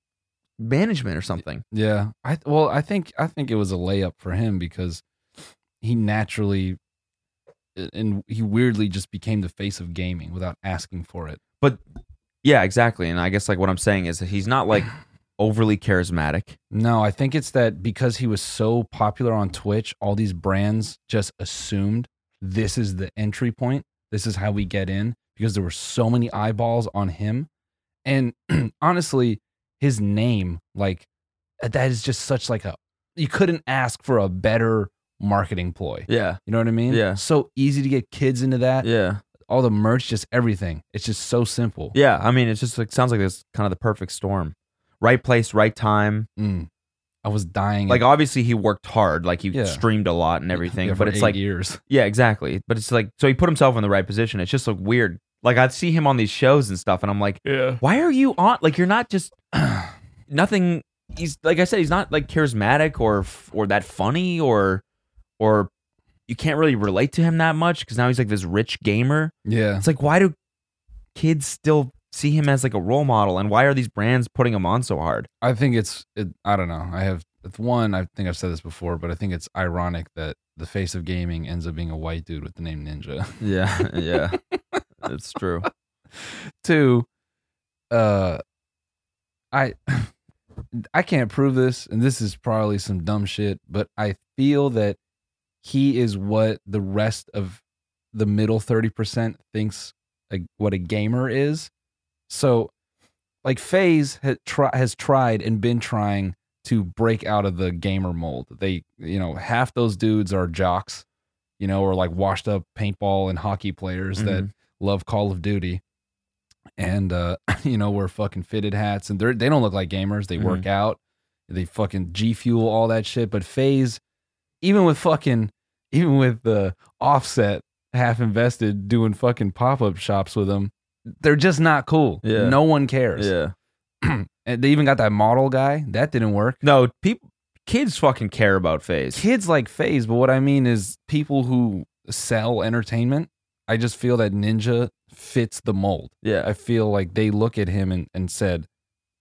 C: management or something.
D: Yeah, I well, I think I think it was a layup for him because he naturally and he weirdly just became the face of gaming without asking for it.
C: Yeah, exactly. And I guess like what I'm saying is that he's not like overly charismatic.
D: No, I think it's that because he was so popular on Twitch, all these brands just assumed this is the entry point. This is how we get in because there were so many eyeballs on him. And honestly, his name, like that is just such like a you couldn't ask for a better marketing ploy.
C: Yeah,
D: You know what I mean?
C: Yeah.
D: So easy to get kids into that.
C: yeah,
D: All the merch, just everything. It's just so simple.
C: yeah. I mean, it's just like sounds like it's kind of the perfect storm. Right place, right time.
D: Mm. I was dying.
C: Like obviously he worked hard, like he
D: Yeah.
C: streamed a lot and everything.
D: yeah, for
C: but it's
D: eight
C: like
D: years.
C: Yeah, exactly. But it's like so he put himself in the right position. It's just like weird. Like I'd see him on these shows and stuff, and I'm like,
G: Yeah.
C: why are you on? Like you're not just nothing. He's like I said, he's not like charismatic or f- or that funny or or you can't really relate to him that much because now he's like this rich gamer.
D: Yeah.
C: It's like why do kids still see him as like a role model, and why are these brands putting him on so hard?
D: I think it's it, I don't know. I have it's one. I think I've said this before, but I think it's ironic that the face of gaming ends up being a white dude with the name Ninja.
C: Yeah, yeah, it's true.
D: Two, uh, I I can't prove this, and this is probably some dumb shit, but I feel that he is what the rest of the middle thirty percent thinks a, what a gamer is. So, like Phase has, tri- has tried and been trying to break out of the gamer mold. They, you know, half those dudes are jocks, you know, or like washed up paintball and hockey players that love Call of Duty. And uh, you know, wear fucking fitted hats and they're they don't look like gamers. They work out, they fucking G fuel all that shit. But Phase, even with fucking even with the offset half invested doing fucking pop-up shops with them, they're just not cool.
C: Yeah.
D: No one cares. And they even got that model guy. That didn't work.
C: No, people, kids fucking care about phase.
D: Kids like phase, but what I mean is people who sell entertainment. I just feel that Ninja fits the mold.
C: Yeah,
D: I feel like they look at him and, and said,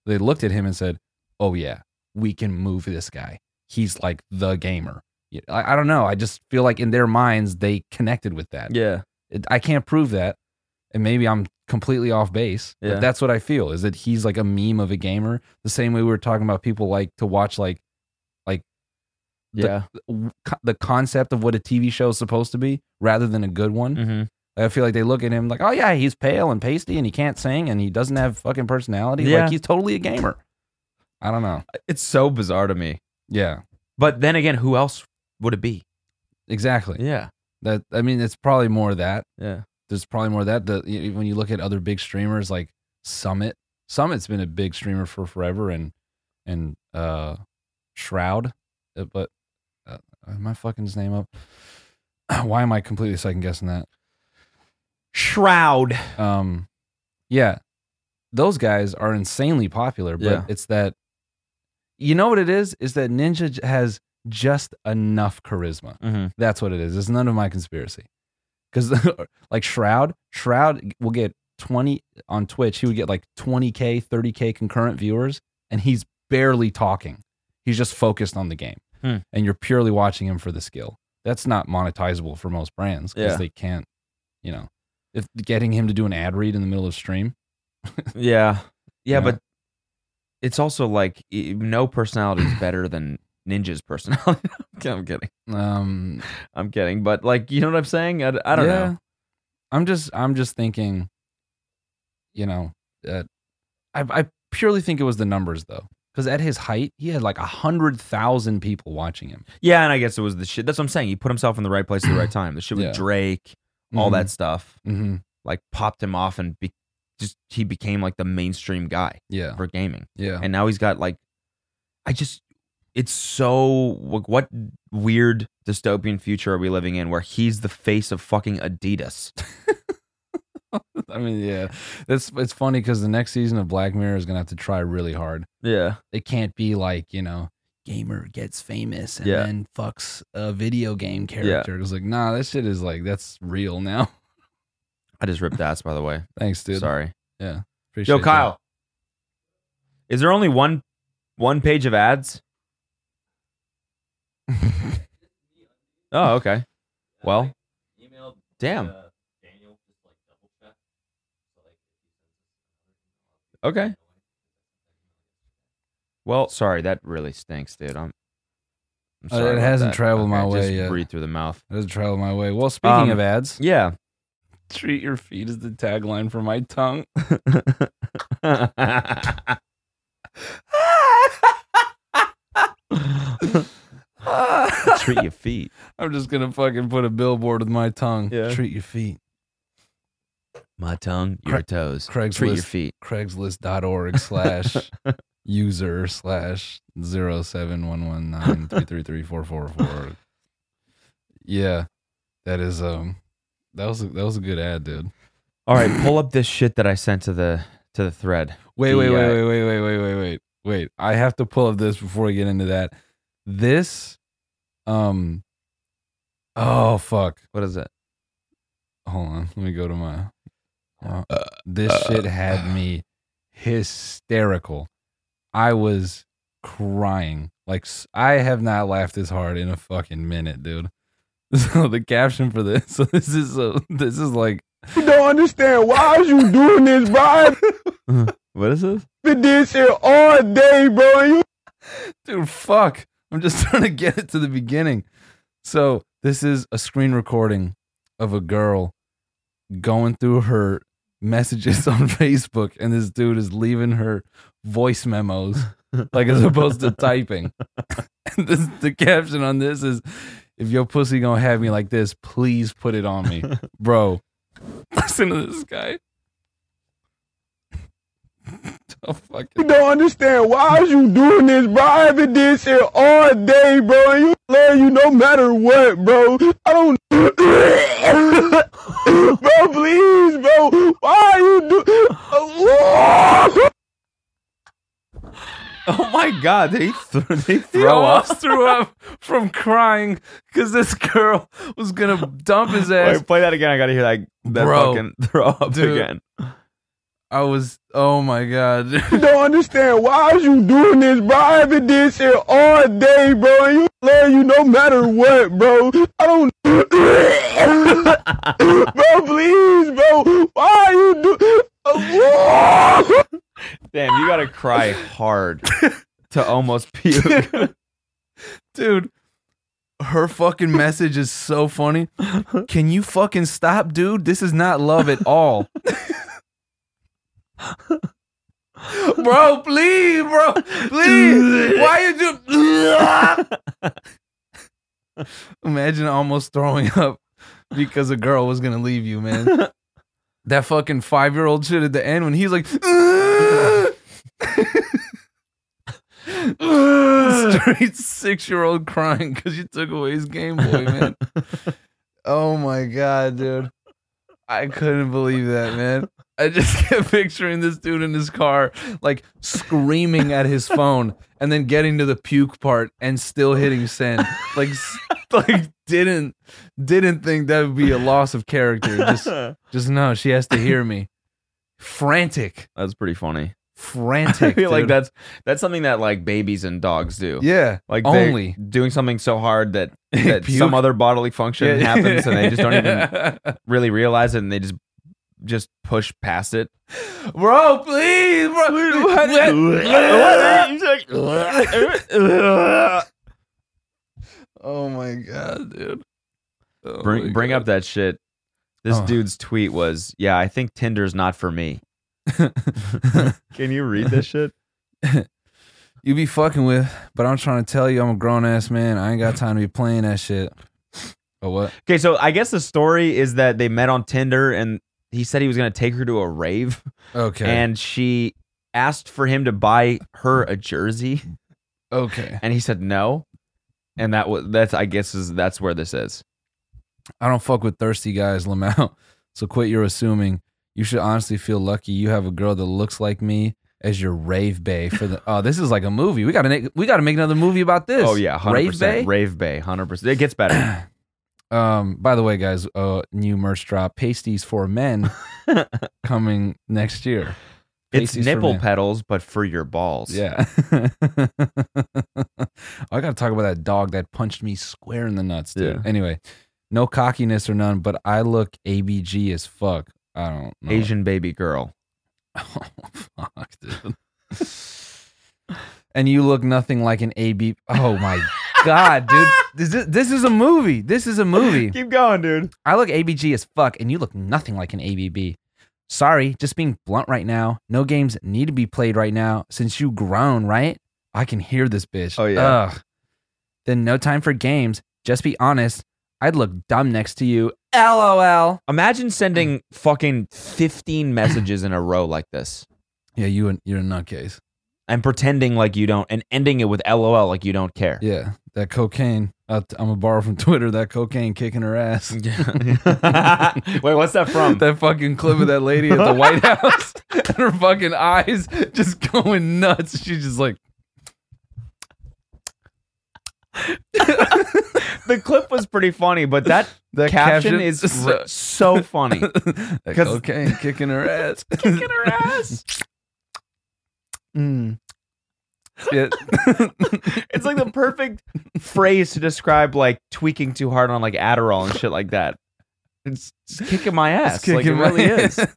D: they looked at him and said, oh yeah, we can move this guy. He's like the gamer. Yeah, I, I don't know. I just feel like in their minds, they connected with that.
C: yeah.
D: It- I can't prove that. And maybe I'm completely off base.
C: Yeah.
D: But that's what I feel is that he's like a meme of a gamer. The same way we were talking about people like to watch like the-
C: Yeah.
D: w- co- the concept of what a TV show is supposed to be rather than a good one.
C: mm-hmm.
D: I feel like they look at him like, oh yeah, he's pale and pasty and he can't sing and he doesn't have fucking personality.
C: Yeah.
D: Like he's totally a gamer. I don't know.
C: It's so bizarre to me.
D: Yeah,
C: But then again, who else would it be?
D: exactly.
C: Yeah.
D: That I mean, it's probably more that.
C: Yeah.
D: There's probably more that. The y- when you look at other big streamers like Summit, Summit's been a big streamer for forever, and and uh Shroud, Uh, but uh, am I fucking his name up? Why am I completely second guessing that?
C: Shroud.
D: um yeah those guys are insanely popular but
C: Yeah.
D: it's that you know what it is is that ninja j- has just enough charisma
C: Mhm.
D: that's what it is it's none of my conspiracy because like shroud shroud will get 20 on twitch he would get like 20k 30k concurrent viewers and he's barely talking he's just focused on the game
C: Hmm.
D: and you're purely watching him for the skill that's not monetizable for most brands because
C: Yeah.
D: they can't you know if getting him to do an ad read in the middle of stream.
C: Yeah. Yeah,
D: Yeah.
C: but it's also like e- no personality is better than Ninja's personality. I'm kidding.
D: Um,
C: I'm kidding. But like, you know what I'm saying? I, I don't
D: yeah.
C: know.
D: I'm just I'm just thinking, you know, uh, I I purely think it was the numbers though, because at his height he had like a hundred thousand people watching him.
C: Yeah, and I guess it was the shit. That's what I'm saying. He put himself in the right place at the right time. The shit with
D: Yeah. Mm-hmm.
C: Drake, all that stuff,
D: hmm
C: like popped him off and be- just he became like the mainstream guy
D: Yeah.
C: for gaming.
D: Yeah.
C: and now he's got like i just it's so like what weird dystopian future are we living in where he's the face of fucking adidas
D: I mean, yeah, it's it's funny because the next season of Black Mirror is gonna have to try really hard.
C: Yeah.
D: It can't be like you know, gamer gets famous and
C: Yeah.
D: then fucks a video game character. It's like, nah, that shit is like that's real now.
C: I just ripped ass, by the way.
D: Thanks, dude.
C: Sorry.
D: Appreciate
C: Yo,
D: that.
C: Kyle. Is there only one one page of ads? oh, okay. Well, damn. Okay. Well, sorry, that really stinks, dude. I'm. I'm
D: Uh,
C: sorry
D: it
C: about
D: hasn't
C: that.
D: traveled my
C: Okay,
D: way
C: Just
D: yet.
C: breathe through the mouth.
D: That doesn't travel my way. Well, speaking
C: Um,
D: of ads,
C: Yeah.
D: treat your feet is the tagline for my tongue. Ah.
C: Treat your feet.
D: I'm just gonna fucking put a billboard with my tongue.
C: Yeah.
D: Treat your feet.
C: My tongue, your toes.
D: Craigslist.
C: Treat your feet.
D: Craigslist.org slash user slash zero seven one one nine three three three four four four. Yeah. That is um that was a, that was a good ad, dude.
C: All right, pull up this shit that I sent to the to the thread.
D: Wait,
C: The,
D: wait, wait,
C: uh,
D: wait, wait, wait, wait, wait, wait, wait. I have to pull up this before we get into that. This um oh fuck.
C: What is it?
D: hold on let me go to my uh, this shit had me hysterical i was crying like s- i have not laughed this hard in a fucking minute dude so the caption for this so this is so this is like
H: You don't understand. Why is you doing this, bro? I've
C: What is this?
H: been this shit all day, bro. You
D: dude fuck i'm just trying to get it to the beginning so this is a screen recording of a girl going through her messages on facebook and this dude is leaving her voice memos like as opposed to typing and this, the caption on this is if your pussy gonna have me like this please put it on me bro listen to this guy oh, fuck it.
H: don't understand. Why is you doing this, bro? I've been this shit all day, bro. You love you no matter what, bro. I don't. bro, please, bro. Why you do?
C: Oh my god, did he, th- did he
D: He
C: throw up?
D: almost threw up from crying because this girl was gonna dump his ass.
C: Wait, play that again. I gotta hear that, that
D: Bro.
C: fucking throw up
D: Dude.
C: again.
D: I was, oh my god,
H: You don't understand. Why is you doing this, bro? I've been this shit all day, bro. You love you no matter what, bro. I don't. bro, please, bro. Why you do?
C: Damn, you gotta cry hard to almost puke.
D: dude. Her fucking message is so funny. Can you fucking stop, dude? This is not love at all. bro, please, bro, please. Why you do? Imagine almost throwing up because a girl was gonna leave you, man. That fucking five year old shit at the end when he's like, straight six year old crying because you took away his Game Boy, man. oh my god, dude, I couldn't believe that, man. I just kept picturing this dude in his car, like screaming at his phone, and then getting to the puke part and still hitting send. Like, s- like didn't didn't think that would be a loss of character. Just, just no, she has to hear me. Frantic,
C: That's pretty funny.
D: frantic.
C: I feel like
D: dude.
C: that's that's something that like babies and dogs do.
D: Yeah,
C: Like they-
D: only.
C: doing something so hard that,
D: They
C: that
D: puke.
C: some other bodily function happens and they just don't even
D: even
C: really realize it and they just just push past it.
D: Bro, please, bro. What- oh my god, dude. Oh
C: bring
D: my
C: bring up
D: God.
C: that shit. This
D: Oh.
C: dude's tweet was, "Yeah, I think Tinder's not for me." Can you read this shit?
D: you be fucking with, but I'm trying to tell you I'm a grown ass man. I ain't got time to be playing that shit. Oh what?
C: Okay, so I guess the story is that they met on Tinder and he said he was going to take her to a rave
D: Okay.
C: and she asked for him to buy her a jersey
D: okay.
C: and he said no. And that was that's I guess is that's where this is.
D: I don't fuck with thirsty guys, Lamau. So quit your assuming. you should honestly feel lucky you have a girl that looks like me as your rave bay for the. Oh, this is like a movie. We gotta make we gotta make another movie about this.
C: Oh yeah, 100%,
D: rave bay.
C: Rave Bay, hundred percent. It gets better.
D: Um, by the way, guys, uh, new merch drop pasties for men coming next year.
C: it's
D: Pasties for
C: nipple
D: men.
C: pedals, but for your balls.
D: Yeah. I got to talk about that dog that punched me square in the nuts, dude.
C: Yeah.
D: Anyway, no cockiness or none, but I look ABG as fuck. I don't know.
C: Asian baby girl.
D: Oh, fuck, dude. and you look nothing like an AB. Oh, my God, dude. This is, this is a movie. This is a movie.
C: Keep going, dude.
D: I look ABG as fuck, and you look nothing like an ABB. Sorry, just being blunt right now. No games need to be played right now since you grown, right? I can hear this bitch.
C: Oh, yeah.
D: Ugh. Then no time for games. Just be honest. I'd look dumb next to you. LOL.
C: Imagine sending fucking fifteen messages in a row like this,
D: Yeah, you and you're a nutcase.
C: and pretending like you don't, and ending it with LOL like you don't care.
D: Yeah, that cocaine. Uh, I'm gonna borrow from Twitter that cocaine kicking her ass.
C: Wait, what's that from?
D: that fucking clip of that lady at the White House and her fucking eyes just going nuts. She's just like,
C: the clip was pretty funny, but that
D: That
C: caption,
D: caption
C: is
D: sucks.
C: r- so funny.
D: That
C: 'Cause-
D: cocaine kicking her ass. kicking her ass. mm. Yeah.
C: It's like the perfect phrase to describe like tweaking too hard on like Adderall and shit like that. It's, it's kicking my ass. like it
D: Kicking my
C: really is.
D: ass.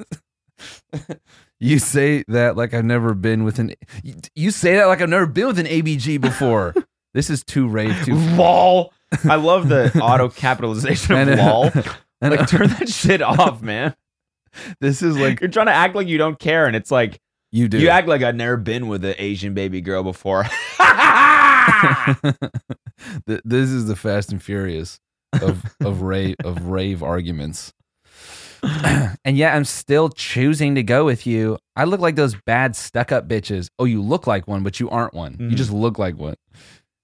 D: You say that like I've never been with an. You, you say that like I've never been with an ABG before. this is too rave too.
C: LOL. I love the auto capitalization
D: I
C: of
D: know.
C: LOL.
D: And
C: Like turn that shit off, man.
D: this is like
C: You're trying to act like you don't care, and it's like
D: you do.
C: you act like I've never been with an Asian baby girl before. I
D: Th- this is the Fast and Furious of of rave of rave arguments. and yet I'm still choosing to go with you. I look like those bad stuck up bitches. Oh, you look like one, but you aren't one. You
C: Mhm.
D: just look like one.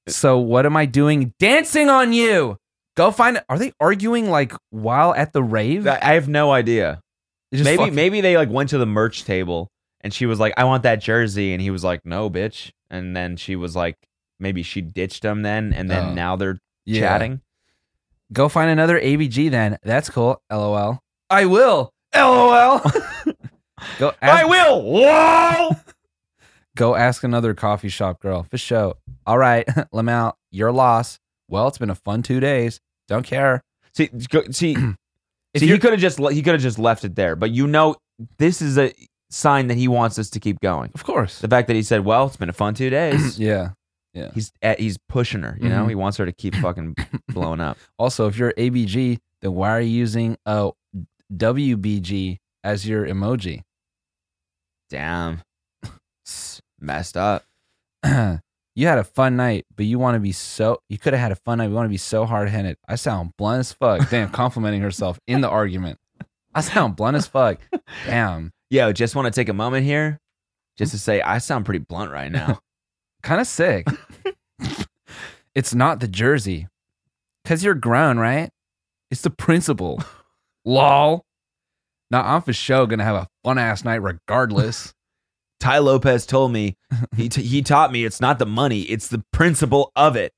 D: So what am I doing? Dancing on you. Go find. Are they arguing like while at the rave?
C: I have no idea.
D: They just
C: maybe
D: fucking-
C: maybe they like went to the merch table and she was like, "I want that jersey," and he was like, "No, bitch." And then she was like, maybe she ditched him then, and then
D: Oh.
C: now they're
D: Yeah.
C: chatting.
D: Go find another ABG then. That's cool. LOL. I will. LOL. Go.
C: I will. Whoa!
D: go ask another coffee shop girl for show. All right, I'm out. Your loss. Well, it's been a fun two days. Don't care.
C: see, go, see,
D: If
C: see he
D: you're-
C: could have just le- he could have just left it there, but you know, this is a sign that he wants us to keep going.
D: of course.
C: The fact that he said, "Well, it's been a fun two days."
D: Yeah. Mm-hmm.
C: he's at, he's pushing her. You know, he wants her to keep fucking blowing up.
D: Also, if you're ABG, then why are you using a WBG as your emoji?
C: Damn, messed up.
D: you had a fun night, but you want to be so. You could have had a fun night. We want to be so hard headed. I sound blunt as fuck. Damn, complimenting herself in the argument. I sound blunt as fuck. Damn.
C: Yo, just want to take a moment here,
D: Mm-hmm.
C: just to say I sound pretty blunt right now.
D: kind of sick. it's not the jersey. Cause you're grown, right? It's the principle. Lol. Now I'm for sure gonna have a fun ass night regardless.
C: Ty Lopez told me he t- he taught me it's not the money, it's the principle of it.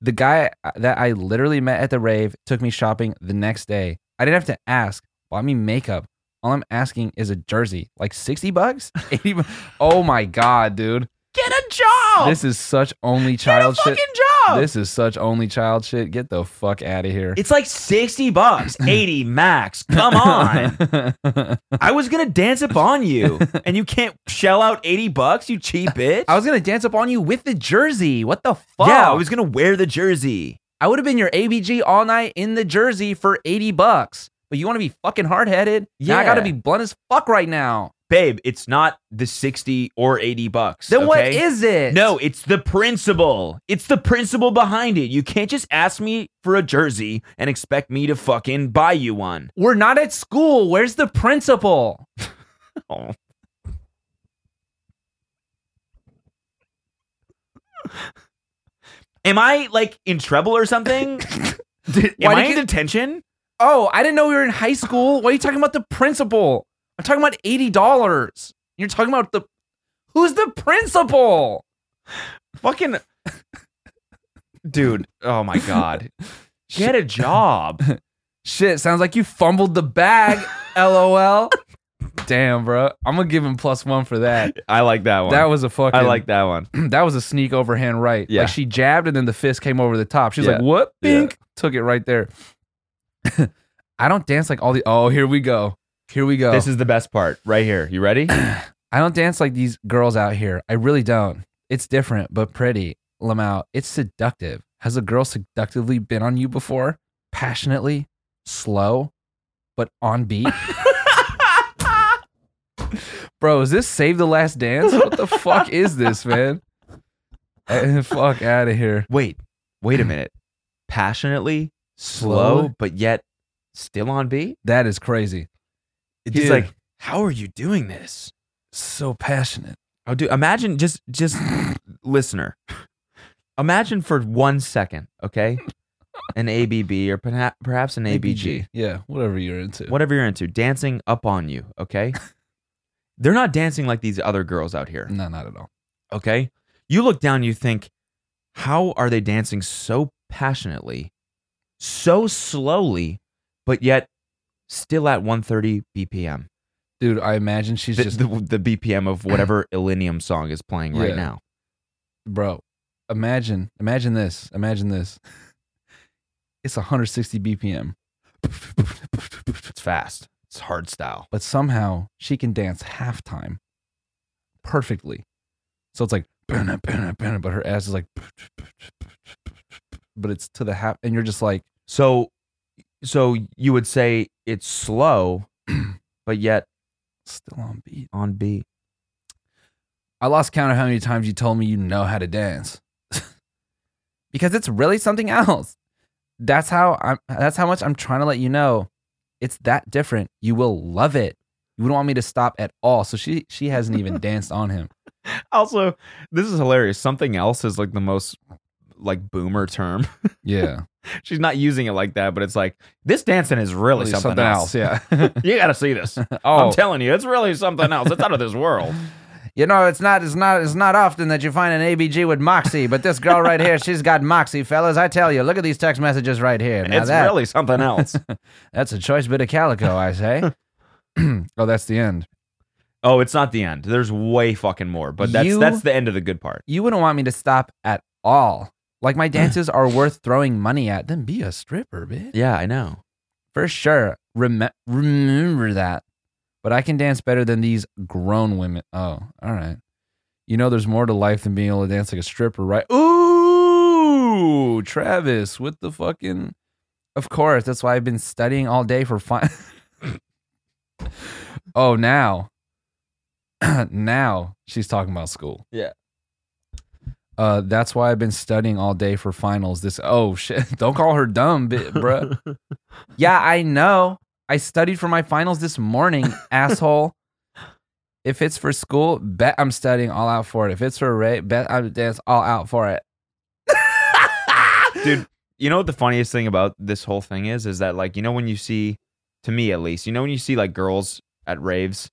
D: the guy uh, that I literally met at the rave took me shopping the next day. I didn't have to ask, bought me makeup. All I'm asking is a jersey. Like 60 bucks? 80 bu- Oh my god, dude.
C: Get a job.
D: This is such only child shit.
C: job.
D: This is such only child shit. Get the fuck out of here.
C: it's like sixty bucks, eighty max. Come on. I was gonna dance up on you, and you can't shell out eighty bucks, you cheap bitch.
D: I was gonna dance up on you with the jersey. What the fuck?
C: yeah, I was gonna wear the jersey.
D: I would have been your ABG all night in the jersey for eighty bucks. But you want to be fucking hard headed? Yeah, I
C: Yeah.
D: gotta be blunt as fuck right now.
C: babe, it's not the 60 or 80 bucks.
D: Then what
C: okay?
D: is it?
C: No, it's the principle. It's the principle behind it. You can't just ask me for a jersey and expect me to fucking buy you one.
D: we're not at school. Where's the principal?
C: Am I like in trouble or something? Did, am
D: Why
C: I in
D: did you-
C: detention?
D: Oh, I didn't know we were in high school. Why are you talking about the principal? I'm talking about eighty dollars. You're talking about the who's the principal?
C: Fucking dude. Oh my god. Get a job.
D: Shit, sounds like you fumbled the bag. LOL. Damn, bro. I'm gonna give him plus one for that.
C: I like that one.
D: That was a fucking.
C: I like that one.
D: that was a sneak overhand right.
C: Yeah.
D: Like she jabbed and then the fist came over the top. She's
C: Yeah.
D: like, "What?
C: Yeah.
D: Bink!" Took it right there. I don't dance like all the. Oh, here we go. Here we go.
C: This is the best part right here. You ready?
D: I don't dance like these girls out here. I really don't. It's different, but pretty. Lamau, it's seductive. Has a girl seductively been on you before? Passionately, slow, but on beat. Bro, is this Save the Last Dance? What the fuck is this, man? Eh, fuck out of here.
C: Wait. Wait a minute. Passionately, slow,
D: Slow?
C: but yet still on beat.
D: That is crazy.
C: He's
D: Dude.
C: like, "How are you doing this?"
D: So passionate.
C: Oh, dude, imagine just just listener. Imagine for one second, okay, an ABB or perha- perhaps an ABG,
D: Yeah, whatever you're into.
C: whatever you're into, dancing up on you, okay. They're not dancing like these other girls out here,
D: No, not at all.
C: okay. You look down, you think, how are they dancing so passionately, so slowly, but yet still at 130 BPM,
D: Dude, I imagine she's
C: the,
D: just
C: the, the BPM of whatever Illenium song is playing right
D: Yeah.
C: now.
D: bro imagine imagine this imagine this it's 160 bpm
C: It's fast. It's hard style.
D: but somehow she can dance halftime perfectly so it's like "Bana, bana, bana," but her ass is like but it's to the half and you're just like
C: So, so you would say it's slow, but yet
D: still on beat
C: on beat.
D: i lost count of how many times you told me you know how to dance because it's really something else that's how i'm that's how much i'm trying to let you know it's that different. You will love it. You wouldn't want me to stop at all. So she she hasn't even danced on him.
C: Also, this is hilarious. Something else is like the most like boomer term.
D: Yeah,
C: She's not using it like that, but it's like this dancing is really, something, else.
D: Yeah.
C: You got to see this.
D: oh,
C: I'm telling you, it's really something else. It's out of this world.
D: you know it's not it's not it's not often that you find an ABG with moxie, but this girl right here, she's got moxie, fellas. I tell you, look at these text messages right here. Now
C: it's
D: that
C: really something else.
D: that's a choice bit of calico, I say. oh, that's the end.
C: oh, it's not the end. There's way fucking more, but that's
D: You-
C: that's the end of the good part.
D: You wouldn't want me to stop at all. Like my dances are worth throwing money at. Then be a stripper, bitch.
C: Yeah, I know.
D: For sure. Rem- remember that. But I can dance better than these grown women. Oh, all right. You know, there's more to life than being able to dance like a stripper, right? Ooh, Travis with the fucking. Of course. That's why I've been studying all day for fun. oh, now. now she's talking about school.
C: Yeah.
D: Uh, that's why I've been studying all day for finals. This oh shit! Don't call her dumb, bi- bruh. Yeah, I know. I studied for my finals this morning, asshole. If it's for school, bet I'm studying all out for it. If it's for Ray, bet I dance all out for it.
C: dude you know what the funniest thing about this whole thing is is that like you know when you see to me at least you know when you see like girls at raves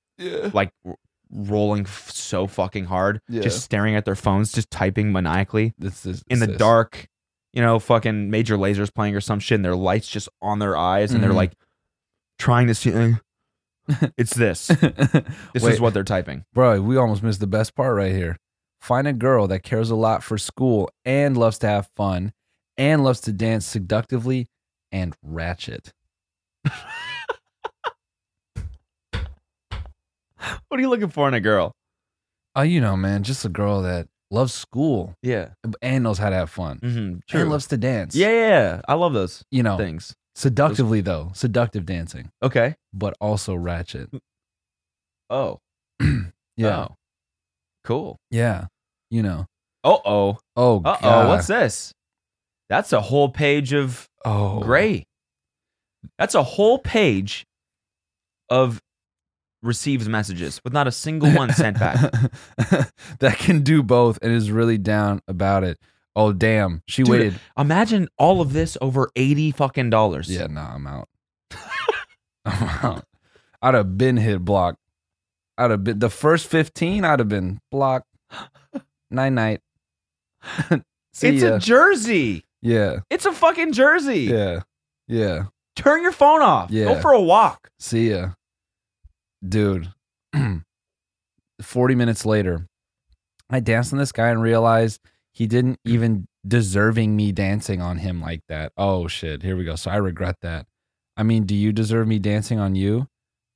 C: like r- rolling f- so fucking hard just staring at their phones just typing maniacally
D: This is
C: in the
D: this-
C: dark you know fucking major lasers playing or some shit and their lights just on their eyes and
D: Mhm.
C: they're like trying to see uh, it's this this
D: Wait.
C: is what they're typing
D: Bro, we almost missed the best part right here. Find a girl that cares a lot for school and loves to have fun and loves to dance seductively and ratchet.
C: what are you looking for in a girl
D: Oh, you know, man, just a girl that loves school
C: yeah
D: and knows how to have fun
C: mm-hmm,
D: and loves to dance.
C: yeah, yeah yeah i love those
D: You know,
C: things
D: seductively though, seductive dancing.
C: okay
D: but also ratchet.
C: oh
D: Yeah.
C: Oh. cool
D: Yeah. You know.
C: Oh oh.
D: Oh,
C: Uh
D: God.
C: oh. What's this? That's a whole page of
D: Oh.
C: gray. That's a whole page of received messages with not a single one sent back.
D: that can do both and is really down about it. Oh, damn. She
C: Dude,
D: waited.
C: Imagine all of this over eighty fucking dollars.
D: Yeah, nah, I'm out. I'm out. I'd have been hit block. I'd have been the first 15, I'd have been block. Night night. See uh,
C: it's
D: ya.
C: a jersey.
D: yeah.
C: It's a fucking jersey.
D: Yeah. Yeah.
C: Turn your phone off. Go
D: Yeah.
C: for a walk.
D: See ya. Dude. 40 minutes later, I danced on this guy and realized he didn't even deserving me dancing on him like that. Oh shit, here we go. So I regret that. I mean, do you deserve me dancing on you?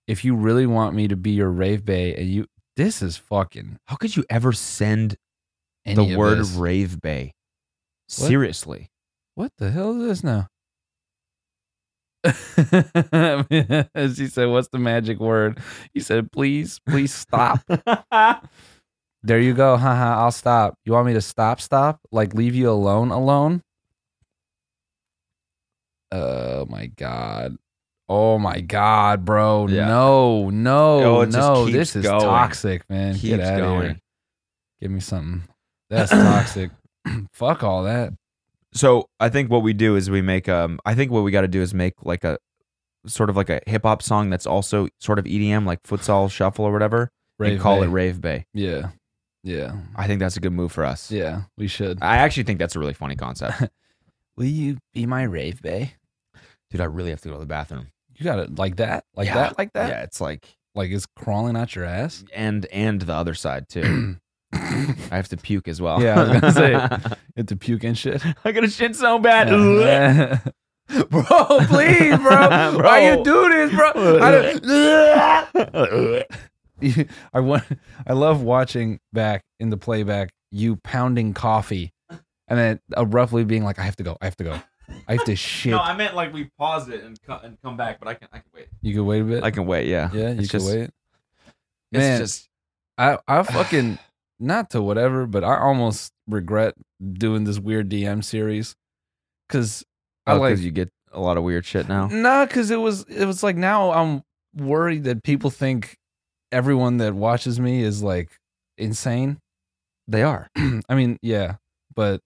D: If you really want me to be your rave bay and you this is fucking
C: How could you ever send
D: any
C: the
D: of
C: word
D: this.
C: rave bay? Seriously.
D: what the hell is this now? As he said, what's the magic word? He said, please, please stop. there you go. Haha, I'll stop. You want me to stop, stop? Like leave you alone, alone? Oh my God. Oh my God, bro.
C: Yeah.
D: No, no,
C: Oh, it just
D: no.
C: keeps
D: This is
C: going.
D: toxic, man. Get
C: Keeps
D: out of
C: going.
D: here. Give me something. That's toxic. Fuck all that.
C: so I think what we do is we make um I think what we got to do is make like a sort of like a hip hop song that's also sort of EDM like futsal shuffle or whatever and call
D: Bay.
C: it Rave Bay.
D: Yeah. Yeah.
C: I think that's a good move for us.
D: Yeah. We should.
C: I actually think that's a really funny concept.
D: Uh, Will you be my rave bay?
C: Dude, I really have to go to the bathroom.
D: You got it like that? Like
C: Yeah.
D: that? Like that?
C: Yeah, it's like
D: Like it's crawling out your ass?
C: and and the other side too. I have to puke as well.
D: Yeah, I was gonna say. It's a puke and shit.
C: I gotta shit so bad.
D: Yeah. bro, please, bro. Why you do this, bro? I don't- I want I love watching back in the playback you pounding coffee and then abruptly being like, I have to go, I have to go. I have to shit.
C: meant like we pause it and co- and come back, but I can I can wait.
D: you can wait a bit.
C: I can wait. Yeah,
D: yeah, you can
C: it's just,
D: wait.
C: It's
D: Man.
C: just
D: I I fucking not to whatever, but I almost regret doing this weird DM series because I
C: oh, 'cause
D: like
C: you get a lot of weird shit now.
D: nah, because it was it was like now I'm worried that people think everyone that watches me is like insane.
C: They are.
D: I mean, yeah, but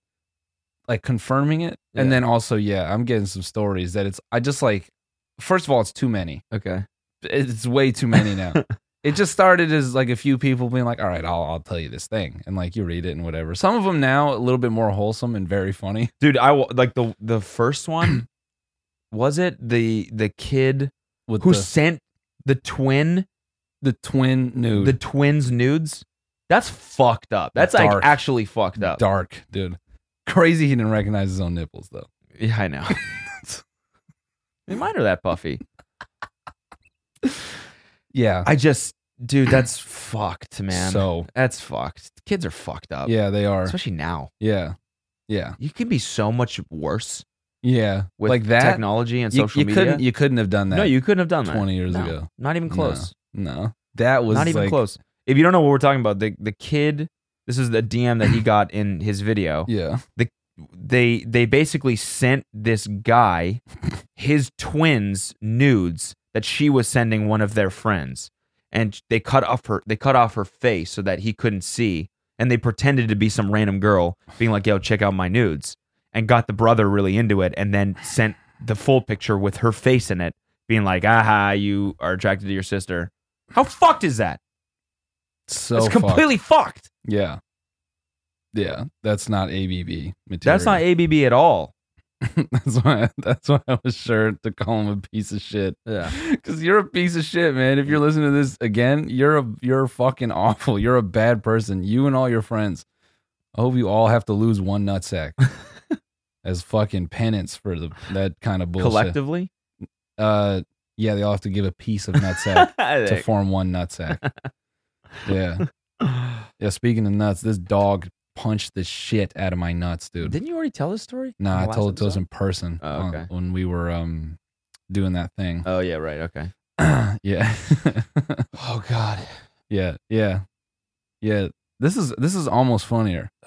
D: like confirming it, and
C: Yeah.
D: then also yeah, I'm getting some stories that it's I just like first of all it's too many
C: Okay.
D: it's way too many now. it just started as like a few people being like, "All right, I'll I'll tell you this thing," and like you read it and whatever. Some of them now a little bit more wholesome and very funny.
C: Dude, I will, like the the first one was it the the kid
D: With
C: who
D: the,
C: sent the twin
D: the twin nude,
C: the twins nudes? That's fucked up. That's like
D: Dark.
C: actually fucked up.
D: dark dude, crazy. He didn't recognize his own nipples though.
C: Yeah, I know. I mean, mine are that puffy.
D: Yeah,
C: I just, dude, that's fucked, man.
D: So
C: that's fucked. Kids are fucked up.
D: yeah, they are.
C: especially now.
D: Yeah, yeah,
C: You can be so much worse
D: yeah.
C: with
D: like that.
C: technology and
D: you,
C: social
D: you
C: media.
D: couldn't. You couldn't have done that.
C: no, you couldn't have done that
D: twenty years
C: No,
D: ago.
C: Not even
D: No.
C: close.
D: No, that was
C: Not even
D: like-
C: close. If you don't know what we're talking about, the the kid. This is the DM that he got in his video.
D: Yeah,
C: They they basically sent this guy his twins nudes that she was sending one of their friends, and they cut off her they cut off her face so that he couldn't see, and they pretended to be some random girl being like, "Yo, check out my nudes," and got the brother really into it, and then sent the full picture with her face in it, being like, "Aha, you are attracted to your sister." How fucked is that?
D: so
C: it's
D: fucked.
C: completely fucked.
D: Yeah, yeah. That's not ABB material.
C: That's not ABB at all.
D: That's why. That's why I was sure to call him a piece of shit.
C: Yeah.
D: Because you're a piece of shit, man. If you're listening to this again, you're a you're fucking awful. You're a bad person. You and all your friends. I hope you all have to lose one nutsack as fucking penance for the that kind of bullshit.
C: Collectively,
D: Uh, yeah, they all have to give a piece of nutsack to form one nutsack. yeah, yeah. Speaking of nuts, this dog punched the shit out of my nuts, dude.
C: didn't you already tell this story?
D: No,
C: on
D: I
C: the
D: told it
C: last
D: to us in
C: episode?
D: person
C: Oh,
D: on-
C: okay.
D: when we were um doing that thing.
C: Oh yeah, right. Okay. Uh,
D: yeah.
C: Oh god.
D: yeah. Yeah. Yeah. This is this is almost funnier.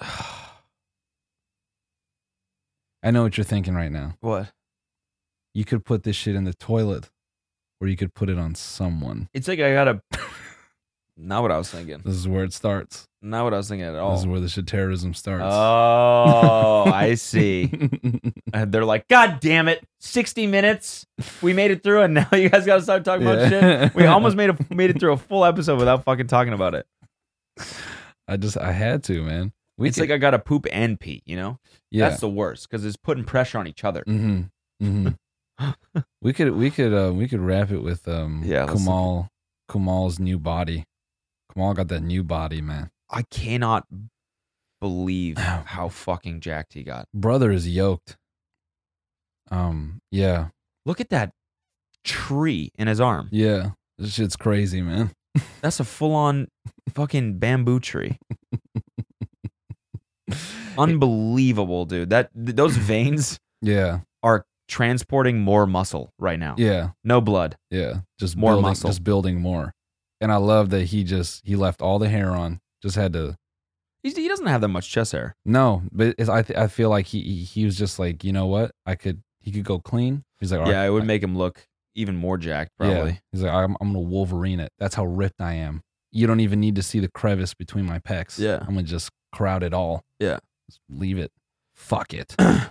D: I know what you're thinking right now.
C: What?
D: You could put this shit in the toilet or you could put it on someone.
C: It's like I gotta Not what I was thinking.
D: This is where it starts.
C: Not what I was thinking at
D: This is
C: all.
D: where the shit terrorism starts.
C: Oh, I see. And they're like, God damn it, sixty minutes. We made it through, and now you guys got to start talking about
D: Yeah.
C: shit. We almost made a, made it through a full episode without fucking talking about it.
D: I just I had to, man. We
C: It's like I got to poop and pee. You know,
D: yeah.
C: that's the worst because it's putting pressure on each other.
D: hmm hmm we could we could uh, we could wrap it with um
C: Yeah, let's look-
D: Kamal Kamal's new body. Kamal got that new body, man.
C: I cannot believe how fucking jacked he got.
D: Brother is yoked. Um yeah.
C: Look at that tree in his arm.
D: Yeah. This shit's crazy, man.
C: That's a full on fucking bamboo tree. Unbelievable, dude. That th- those veins
D: Yeah.
C: are transporting more muscle right now.
D: Yeah.
C: No blood.
D: Yeah, just
C: More
D: building,
C: muscle.
D: just building more. And I love that he just he left all the hair on. Just had to
C: He's, he doesn't have that much chest hair.
D: no, but it's, I th- I feel like he, he he was just like you know what I could he could go clean. He's like all
C: Yeah,
D: right,
C: it would
D: I-
C: make him look even more jacked,
D: yeah.
C: probably.
D: He's like I'm I'm gonna Wolverine it. That's how ripped I am. You don't even need to see the crevice between my pecs.
C: Yeah.
D: I'm gonna just crowd it all.
C: Yeah.
D: just leave it. Fuck it.
C: I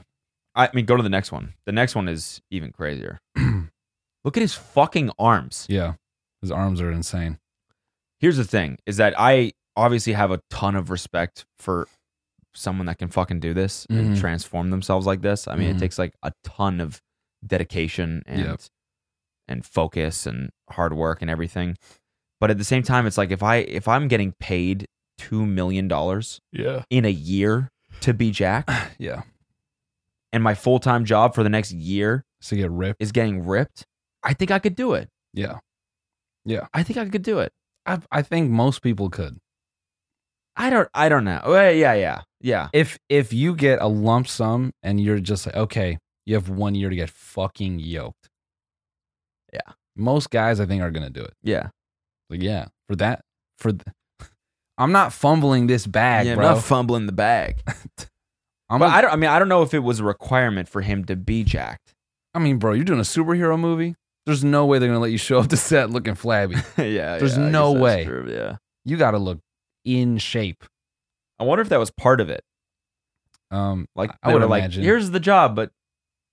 C: mean, go to the next one. The next one is even crazier. look at his fucking arms.
D: yeah, his arms are insane.
C: here's the thing is that I obviously have a ton of respect for someone that can fucking do this and
D: Mhm.
C: transform themselves like this. I mean,
D: Mhm.
C: it takes like a ton of dedication and
D: Yep.
C: and focus and hard work and everything. But at the same time, it's like if I if I'm getting paid two million dollars
D: Yeah,
C: in a year to be Jack,
D: yeah.
C: and my full time job for the next year
D: So you get ripped.
C: is getting ripped, I think I could do it.
D: Yeah,
C: I think I could do it.
D: I I think most people could.
C: I don't. I don't know. Well, Yeah, yeah, yeah.
D: if if you get a lump sum and you're just like, okay, you have one year to get fucking yoked.
C: Yeah.
D: Most guys I think are gonna do it.
C: Yeah.
D: Like, yeah, for that for th- I'm not fumbling this bag,
C: yeah,
D: bro.
C: not fumbling the bag.
D: I'm
C: but
D: a-
C: I don't. I mean, I don't know if it was a requirement for him to be jacked.
D: I mean, bro, you're doing a superhero movie. There's no way they're gonna let you show up to set looking flabby.
C: yeah,
D: There's
C: yeah, I guess
D: no
C: that's
D: way.
C: true, yeah,
D: you gotta look in shape.
C: I wonder if that was part of it.
D: Um
C: Like
D: I
C: they
D: would
C: were like,
D: imagine.
C: here's the job, but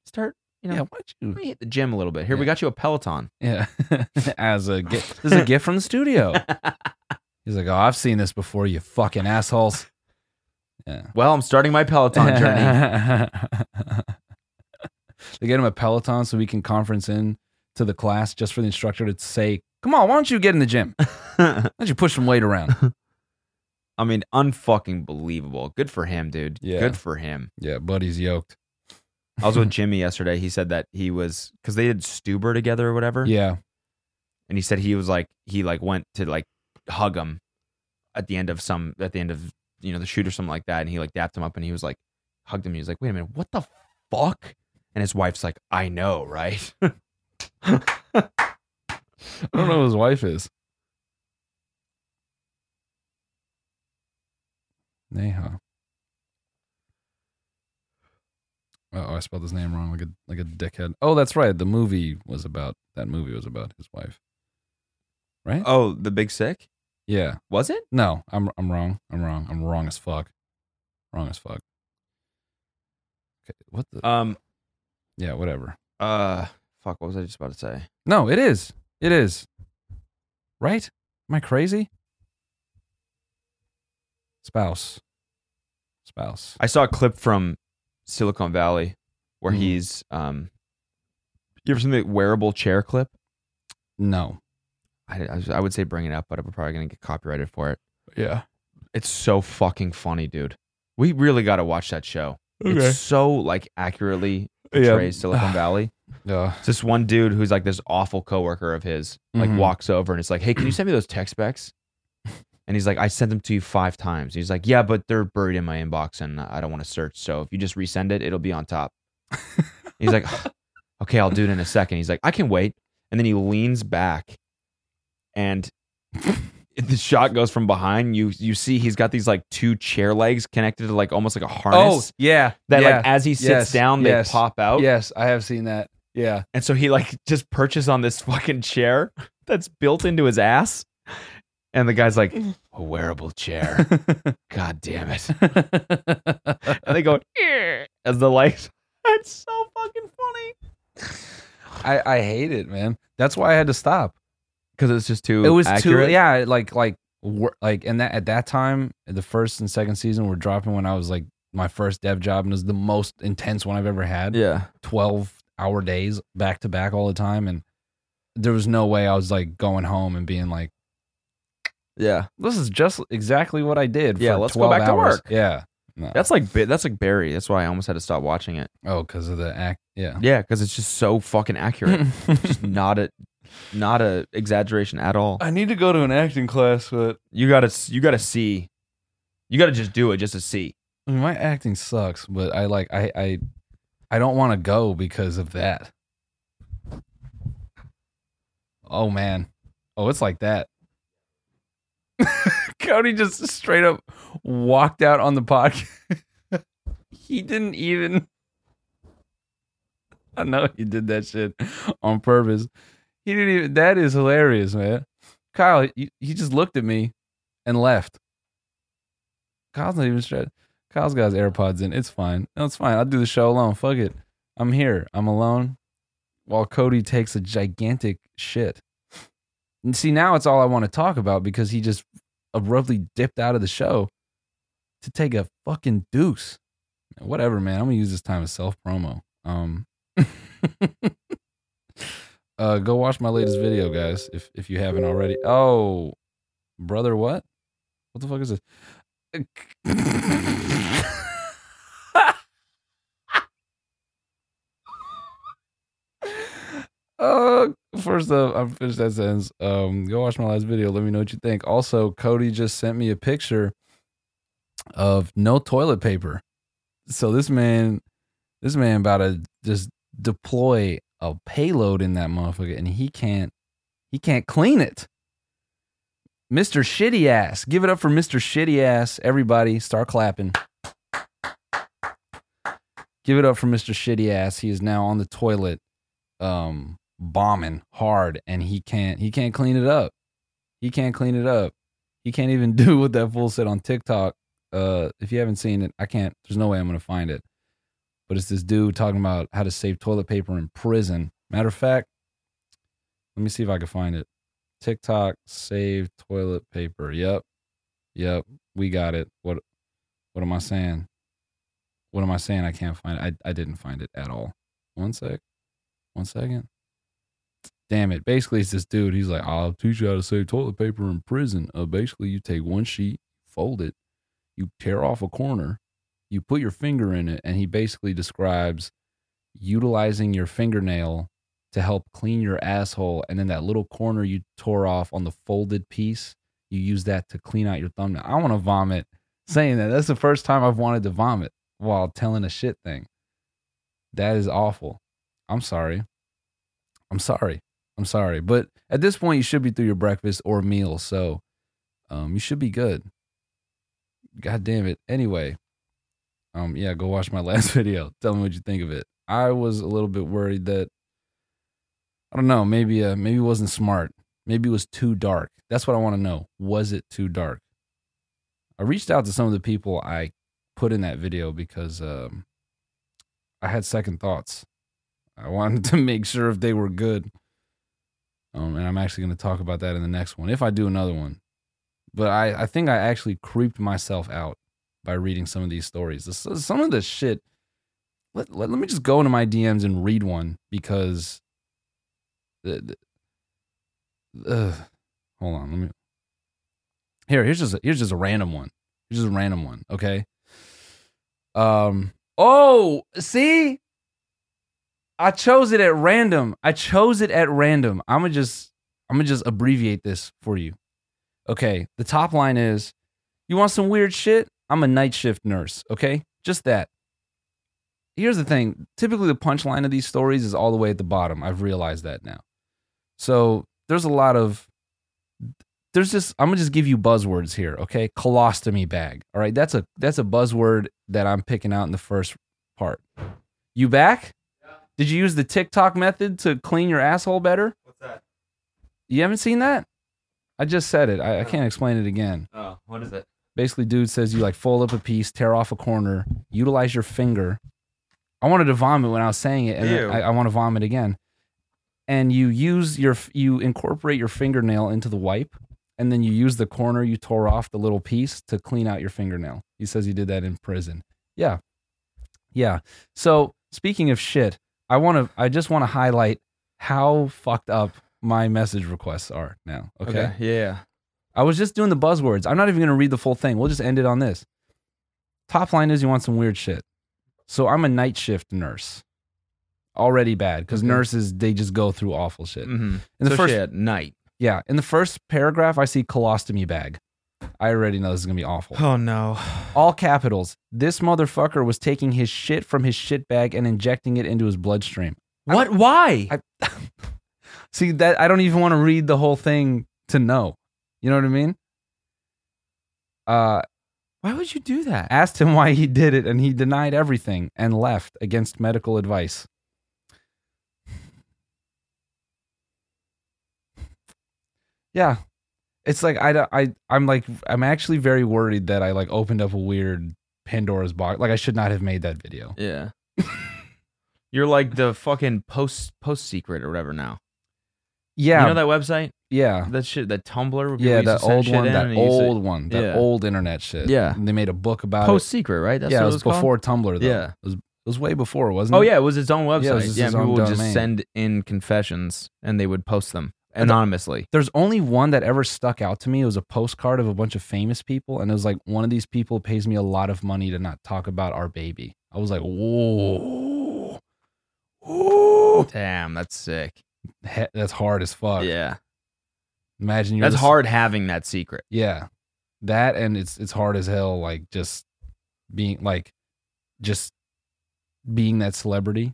C: start. You know,
D: yeah, what
C: let
D: you
C: me hit the gym a little bit. Here, we got you a Peloton.
D: Yeah. As a gift. This is a gift from the studio. He's like, Oh, I've seen this before, you fucking assholes.
C: Well, I'm starting my Peloton journey.
D: they get him a Peloton so he can conference in to the class just for the instructor to say, "Come on, why don't you get in the gym? Why don't you push some weight around?"
C: I mean, unfucking believable. Good for him, dude.
D: Yeah.
C: Good for him.
D: yeah, buddy's yoked.
C: I was with Jimmy yesterday. He said that he was because they did Stuber together or whatever.
D: Yeah,
C: and he said he was like he like went to like hug him at the end of some at the end of you know the shoot or something like that and he like dapped him up and he was like hugged him he was like wait a minute what the fuck and his wife's like i know right
D: I don't know who his wife is. Neha. Oh, I spelled his name wrong, like a like a dickhead. Oh, that's right. The movie was about that movie was about his wife.
C: oh the big sick
D: Yeah.
C: was it
D: No, I'm I'm wrong. I'm wrong. I'm wrong as fuck. Wrong as fuck. Okay, what the?
C: um
D: yeah, whatever.
C: uh fuck what was i just about to say
D: No, it is. It is. Right? Am I crazy? Spouse. Spouse.
C: i saw a clip from silicon valley where
D: Mhm.
C: he's um you ever seen the wearable chair clip
D: No.
C: I, I, was- I would say bring it up but i'm probably gonna get copyrighted for it
D: Yeah.
C: It's so fucking funny, dude. We really got to watch that show. It's so like accurately portrays Silicon Valley.
D: Yeah.
C: It's this one dude who's like this awful coworker of his, like
D: Mhm.
C: walks over and it's like, "Hey, can you send me those text specs?" And he's like, "I sent them to you five times." He's like, "Yeah, but they're buried in my inbox and I don't want to search. So if you just resend it, it'll be on top." he's like, "Okay, I'll do it in a second. He's like, "I can wait." And then he leans back, and the shot goes from behind. You you see he's got these like two chair legs connected to like almost like a
G: Oh,
C: harness.
D: yeah.
C: that
D: Oh, yeah.
C: like as he sits
D: Yes.
C: down, they
D: Yes.
C: pop out.
D: yes, I have seen that. Yeah.
C: And so he like just perches on this fucking chair that's built into his ass. And the guy's like, a wearable chair. God damn it. and they go, "Eh," as the lights. That's so fucking funny.
G: I, I hate it, man. That's why I had to stop.
C: Because it's just too
G: it was
C: accurate.
G: too yeah like like wor- like and that at that time the first and second season were dropping when i was like my first dev job and it was the most intense one i've ever had
C: Yeah.
G: 12 hour days back to back all the time and there was no way i was like going home and being like
C: Yeah.
G: this is just exactly what i did
C: Yeah,
G: for
C: let's go
G: 12
C: back to
G: hours."
C: work.
G: yeah no.
C: That's like Ba- that's like Barry. That's why I almost had to stop watching it.
G: oh because of the act
D: Oh.
G: yeah
C: Yeah, because it's just so fucking accurate. just not a not a exaggeration at all.
D: I need to go to an acting class, but
C: You gotta s- you gotta see. You gotta just do it just to see.
G: I mean, my acting sucks but i like i i, I don't want to go because of that oh man oh it's like that
D: Cody just straight up walked out on the podcast. he didn't even. I know he did that shit on purpose. He didn't even. That is hilarious, man. Kyle, he, he just looked at me and left. Kyle's not even straight. Kyle's got his AirPods in. It's fine. No, it's fine. I'll do the show alone. Fuck it. I'm here. I'm alone. While Cody takes a gigantic shit. And see, now it's all I want to talk about because he just abruptly dipped out of the show to take a fucking deuce. Whatever, man. I'm gonna use this time as self promo. Um, uh, go watch my latest video, guys, if if you haven't already. Oh, brother, what? What the fuck is this? Uh, first up, I finished that sentence. Um, go watch my last video. Let me know what you think. Also, Cody just sent me a picture of no toilet paper. So this man, this man about to just deploy a payload in that motherfucker, and he can't, he can't clean it. Mister Shitty Ass, give it up for Mister Shitty Ass. Everybody, start clapping. Give it up for Mister Shitty Ass. He is now on the toilet. Um, bombing hard and he can't he can't clean it up. He can't clean it up. He can't even do what that fool said on TikTok. Uh if you haven't seen it, I can't there's no way I'm gonna find it. But it's this dude talking about how to save toilet paper in prison. Matter of fact, let me see if I can find it. TikTok save toilet paper. Yep. Yep. We got it. What what am I saying? What am I saying? I can't find it. I, I didn't find it at all. One sec. One second damn it. Basically, it's this dude. He's like, I'll teach you how to save toilet paper in prison. Uh, basically, you take one sheet, fold it, you tear off a corner, you put your finger in it, and he basically describes utilizing your fingernail to help clean your asshole. And then that little corner you tore off on the folded piece, you use that to clean out your thumbnail. I want to vomit saying that. That's the first time I've wanted to vomit while telling a shit thing. That is awful. I'm sorry. I'm sorry. I'm sorry. But at this point, you should be through your breakfast or meal. So um, you should be good. God damn it. Anyway, um, yeah, go watch my last video. Tell me what you think of it. I was a little bit worried that, I don't know, maybe, uh, maybe it wasn't smart. Maybe it was too dark. That's what I want to know. Was it too dark? I reached out to some of the people I put in that video because um, I had second thoughts. I wanted to make sure if they were good. Um, and I'm actually going to talk about that in the next one if I do another one. But I, I think I actually creeped myself out by reading some of these stories. This, uh, some of the shit. Let, let, let me just go into my DMs and read one because. The, the, ugh. hold on, let me. Here, here's just a, here's just a random one. Here's just a random one. Okay. Um. Oh, see, I chose it at random. I chose it at random. I'm gonna just I'm gonna just abbreviate this for you. Okay, the top line is you want some weird shit? I'm a night shift nurse, okay? Just that. Here's the thing. Typically the punchline of these stories is all the way at the bottom. I've realized that now. So, there's a lot of there's just I'm gonna just give you buzzwords here, okay? Colostomy bag. All right, that's a that's a buzzword that I'm picking out in the first part. You back? Did you use the TikTok method to clean your asshole better? What's that? You haven't seen that? I just said it. I, I can't explain it again.
F: Oh, what is it?
D: Basically, dude says you like fold up a piece, tear off a corner, utilize your finger. I wanted to vomit when I was saying it, and
F: Ew.
D: I, I want to vomit again. And you use your f- you incorporate your fingernail into the wipe, and then you use the corner you tore off the little piece to clean out your fingernail. He says he did that in prison. Yeah, yeah. So speaking of shit, I want to I just want to highlight how fucked up my message requests are now. okay.
F: Yeah.
D: I was just doing the buzzwords. I'm not even going to read the full thing. We'll just end it on this. Top line is you want some weird shit. So I'm a night shift nurse. Already bad because nurses, they just go through awful shit. In
C: Mm-hmm.
D: the first,
C: at night.
D: yeah, in the first paragraph, I see colostomy bag. I already know this is going to be awful.
C: Oh no.
D: All capitals. This motherfucker was taking his shit from his shit bag and injecting it into his bloodstream.
C: What? Why?
D: See that I don't even want to read the whole thing to know. You know what I mean? Uh
C: Why would you do that?
D: asked him why he did it, and he denied everything and left against medical advice. Yeah, it's like I, don't- I I'm like I'm actually very worried that I like opened up a weird Pandora's box. Like I should not have made that video.
C: Yeah. You're like the fucking post post secret or whatever now.
D: Yeah,
C: You know that website?
D: yeah,
C: That shit, that Tumblr. where people
D: yeah.
C: used to
D: That
C: send
D: old
C: shit
D: one,
C: in
D: that
C: and you used to-
D: old one, that
C: Yeah.
D: old internet shit.
C: Yeah.
D: and they made a book about
C: post secret, right?
D: it.
C: That's
D: Yeah, it
C: what
D: was,
C: called?
D: before Tumblr though.
C: Yeah.
D: it was, it was way before, wasn't
C: Oh
D: it?
C: yeah, it was its own website.
D: Yeah,
C: Yeah,
D: it was just its
C: people
D: own
C: would just
D: domain.
C: send in confessions and they would post them anonymously.
D: there's only one that ever stuck out to me. It was a postcard of a bunch of famous people, and it was like one of these people pays me a lot of money to not talk about our baby. I was like, whoa, whoa,
C: Damn, that's sick.
D: He- that's hard as fuck.
C: Yeah,
D: Imagine you're
C: that's
D: this-
C: hard having that secret.
D: Yeah, that and it's it's hard as hell. Like just being like just being that celebrity.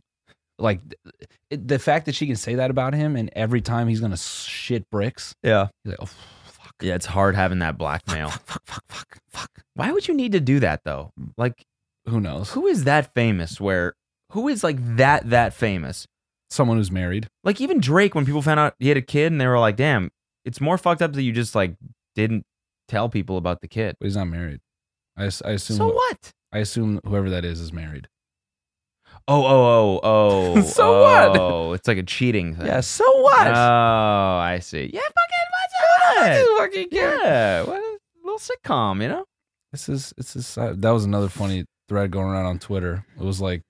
D: Like th- it, the fact that she can say that about him, and every time he's gonna shit bricks.
F: Yeah.
D: He's like, oh fuck,
C: Yeah, it's hard having that blackmail.
D: fuck, fuck, fuck, fuck.
C: Why would you need to do that though? Like,
D: Who knows?
C: who is that famous? Where who is like that that famous?
D: someone who's married.
C: Like even Drake, when people found out he had a kid, and they were like, "Damn, it's more fucked up that you just like didn't tell people about the kid."
D: But he's not married. I, as- I assume.
C: So what?
D: I assume whoever that is is married.
C: Oh, oh, oh, oh.
D: So what?
C: Oh, it's like a cheating thing.
D: So what?
C: Oh, I see. Yeah, fucking what's up? Fucking yeah. What a little sitcom, you know?
D: this is it's this, uh, that was another funny thread going around on Twitter. It was like,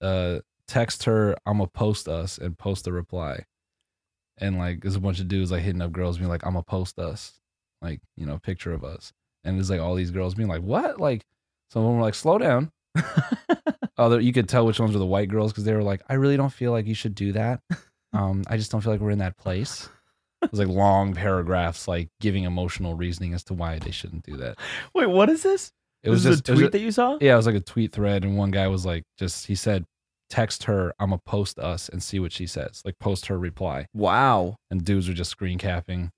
D: uh, text her. I'm gonna post us and post a reply. And like, there's a bunch of dudes like hitting up girls being like, I'm gonna post us, like you know, picture of us. And it's like all these girls being like, what? Like, some of them were like, slow down. Other, you could tell which ones were the white girls because they were like, I really don't feel like you should do that. Um, I just don't feel like we're in that place. It was like long paragraphs, like giving emotional reasoning as to why they shouldn't do that.
F: Wait, what is this?
D: It was
F: this
D: just
F: is
D: it
F: a
D: was
F: tweet
D: a-
F: that you saw?
D: yeah, it was like a tweet thread, and one guy was like, just he said, text her, I'm gonna post us and see what she says. Like post her reply,
F: Wow.
D: and dudes were just screen capping,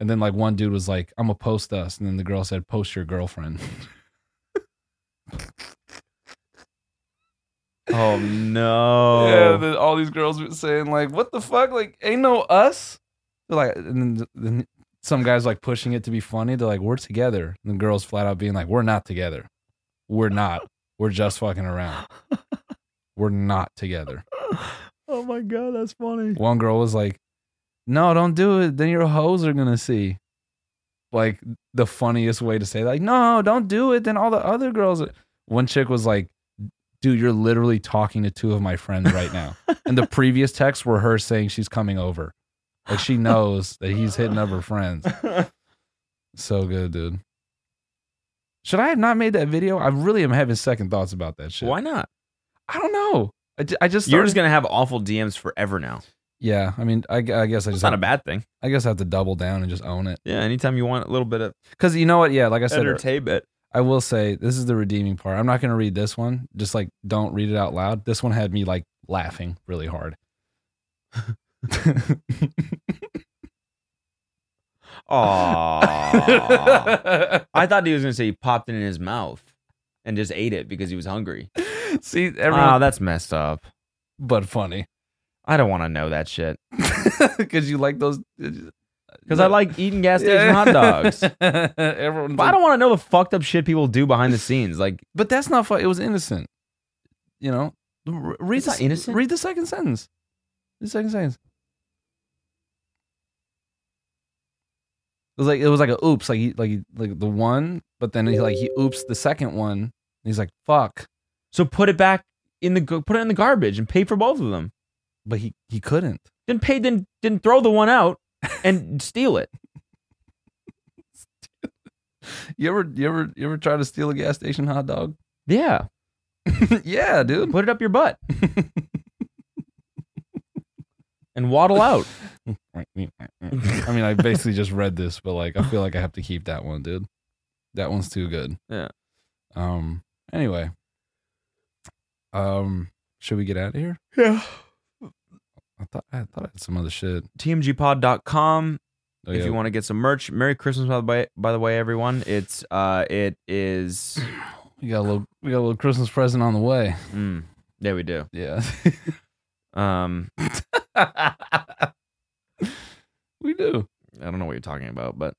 D: and then like one dude was like, I'm gonna post us, and then the girl said, post your girlfriend.
F: Oh no.
D: Yeah, the, all these girls were saying like, "What the fuck? Like, ain't no us." They're like, and then, then some guys like pushing it to be funny. They're like, "We're together," and the girls flat out being like, "We're not together. We're not. We're just fucking around. We're not together."
F: oh my god, that's funny.
D: One girl was like, "No, don't do it. Then your hoes are gonna see." Like the funniest way to say, like, "No, don't do it." Then all the other girls. are-" One chick was like, "Dude, you're literally talking to two of my friends right now." and the previous texts were her saying she's coming over, like she knows that he's hitting up her friends. So good, dude. Should I have not made that video? I really am having second thoughts about that shit.
C: Why not?
D: I don't know. I, ju- I just
C: You're
D: started-
C: just gonna have awful DMs forever now.
D: yeah. I mean, I, I guess I
C: It's
D: just
C: not a
D: have,
C: bad thing.
D: I guess I have to double down and just own it.
C: Yeah, anytime you want a little bit of
D: Because you know what? Yeah, like I said,
C: entertainment.
D: I will say this is the redeeming part. I'm not going to read this one. Just like don't read it out loud. This one had me like laughing really hard.
C: Aww. I thought he was gonna say he popped it in his mouth and just ate it because he was hungry.
D: See,
C: Wow,
D: everyone,
C: that's messed up.
D: but funny
C: I don't want to know that shit.
D: because you like those. uh,
C: because I like eating gas station hot dogs.
D: Everyone's
C: But I
D: like,
C: don't want to know the fucked up shit people do behind the scenes. Like,
D: but that's not fu- It was innocent. You know, R- read
C: It's
D: the,
C: not innocent?
D: Read the second sentence. The second sentence. It was like it was like a oops, like he, like he, like the one, but then he like he oops the second one. And he's like fuck,
C: so put it back in the gar- put it in the garbage and pay for both of them.
D: but he he couldn't.
C: Then pay then then throw the one out and steal it.
D: You ever you ever you ever try to steal a gas station hot dog?
C: Yeah,
D: yeah, dude.
C: put it up your butt and waddle out.
D: I mean, I basically just read this, but like, I feel like I have to keep that one, dude. That one's too good.
C: Yeah.
D: Um. Anyway. Um. Should we get out of here?
C: Yeah.
D: I thought I thought I had some other shit.
C: TMGpod.com
D: Oh,
C: if
D: yeah.
C: you want to get some merch. Merry Christmas by the way, by the way, everyone. It's uh, it is.
D: we got a little, we got a little Christmas present on the way.
C: Mm, yeah, we do.
D: Yeah.
C: Um,
D: we do.
C: I don't know what you're talking about, but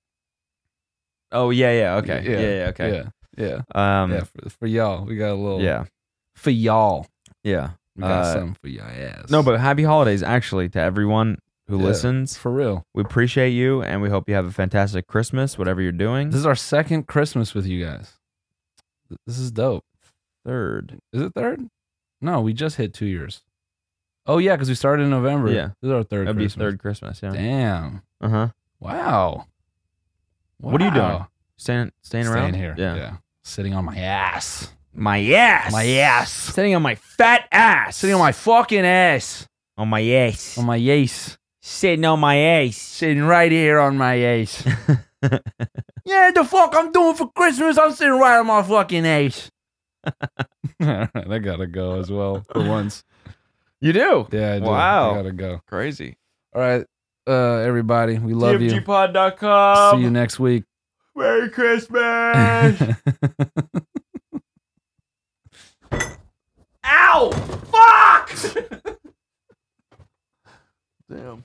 C: oh yeah, yeah, okay,
D: Yeah,
C: yeah, yeah, okay.
D: Yeah. Yeah.
C: Um,
D: yeah. For, for y'all, we got a little.
C: yeah,
D: For y'all,
C: yeah.
D: we got
C: Uh,
D: something for y'all ass.
C: No, but happy holidays actually to everyone who
D: Yeah.
C: listens.
D: for real,
C: We appreciate you, and we hope you have a fantastic Christmas, whatever you're doing.
D: this is our second Christmas with you guys. Th- This is dope.
C: third,
D: Is it third? No, we just hit two years. Oh yeah, because we started in November.
C: Yeah.
D: this is our 3rd
C: that'd be
D: Christmas.
C: third Christmas. Yeah.
D: Damn!
C: Uh huh.
D: Wow.
C: What are you doing?
D: Wow.
C: Staying, staying
D: Staying
C: around
D: here.
C: Yeah.
D: Sitting on my ass.
C: My ass.
D: My ass.
C: Sitting on my fat ass.
D: Sitting on my fucking ass.
C: On my ass.
D: On my ace.
C: Sitting on my ass.
D: Sitting right here on my ace. yeah, the fuck I'm doing for Christmas? I'm sitting right on my fucking ace. I gotta go as well for once.
C: You do.
D: Yeah, I do.
C: Wow.
D: I gotta go.
C: Crazy.
D: All right, uh, everybody, we love you.
C: TFGpod.com.
D: See you next week.
C: Merry Christmas. Ow! Fuck! Damn.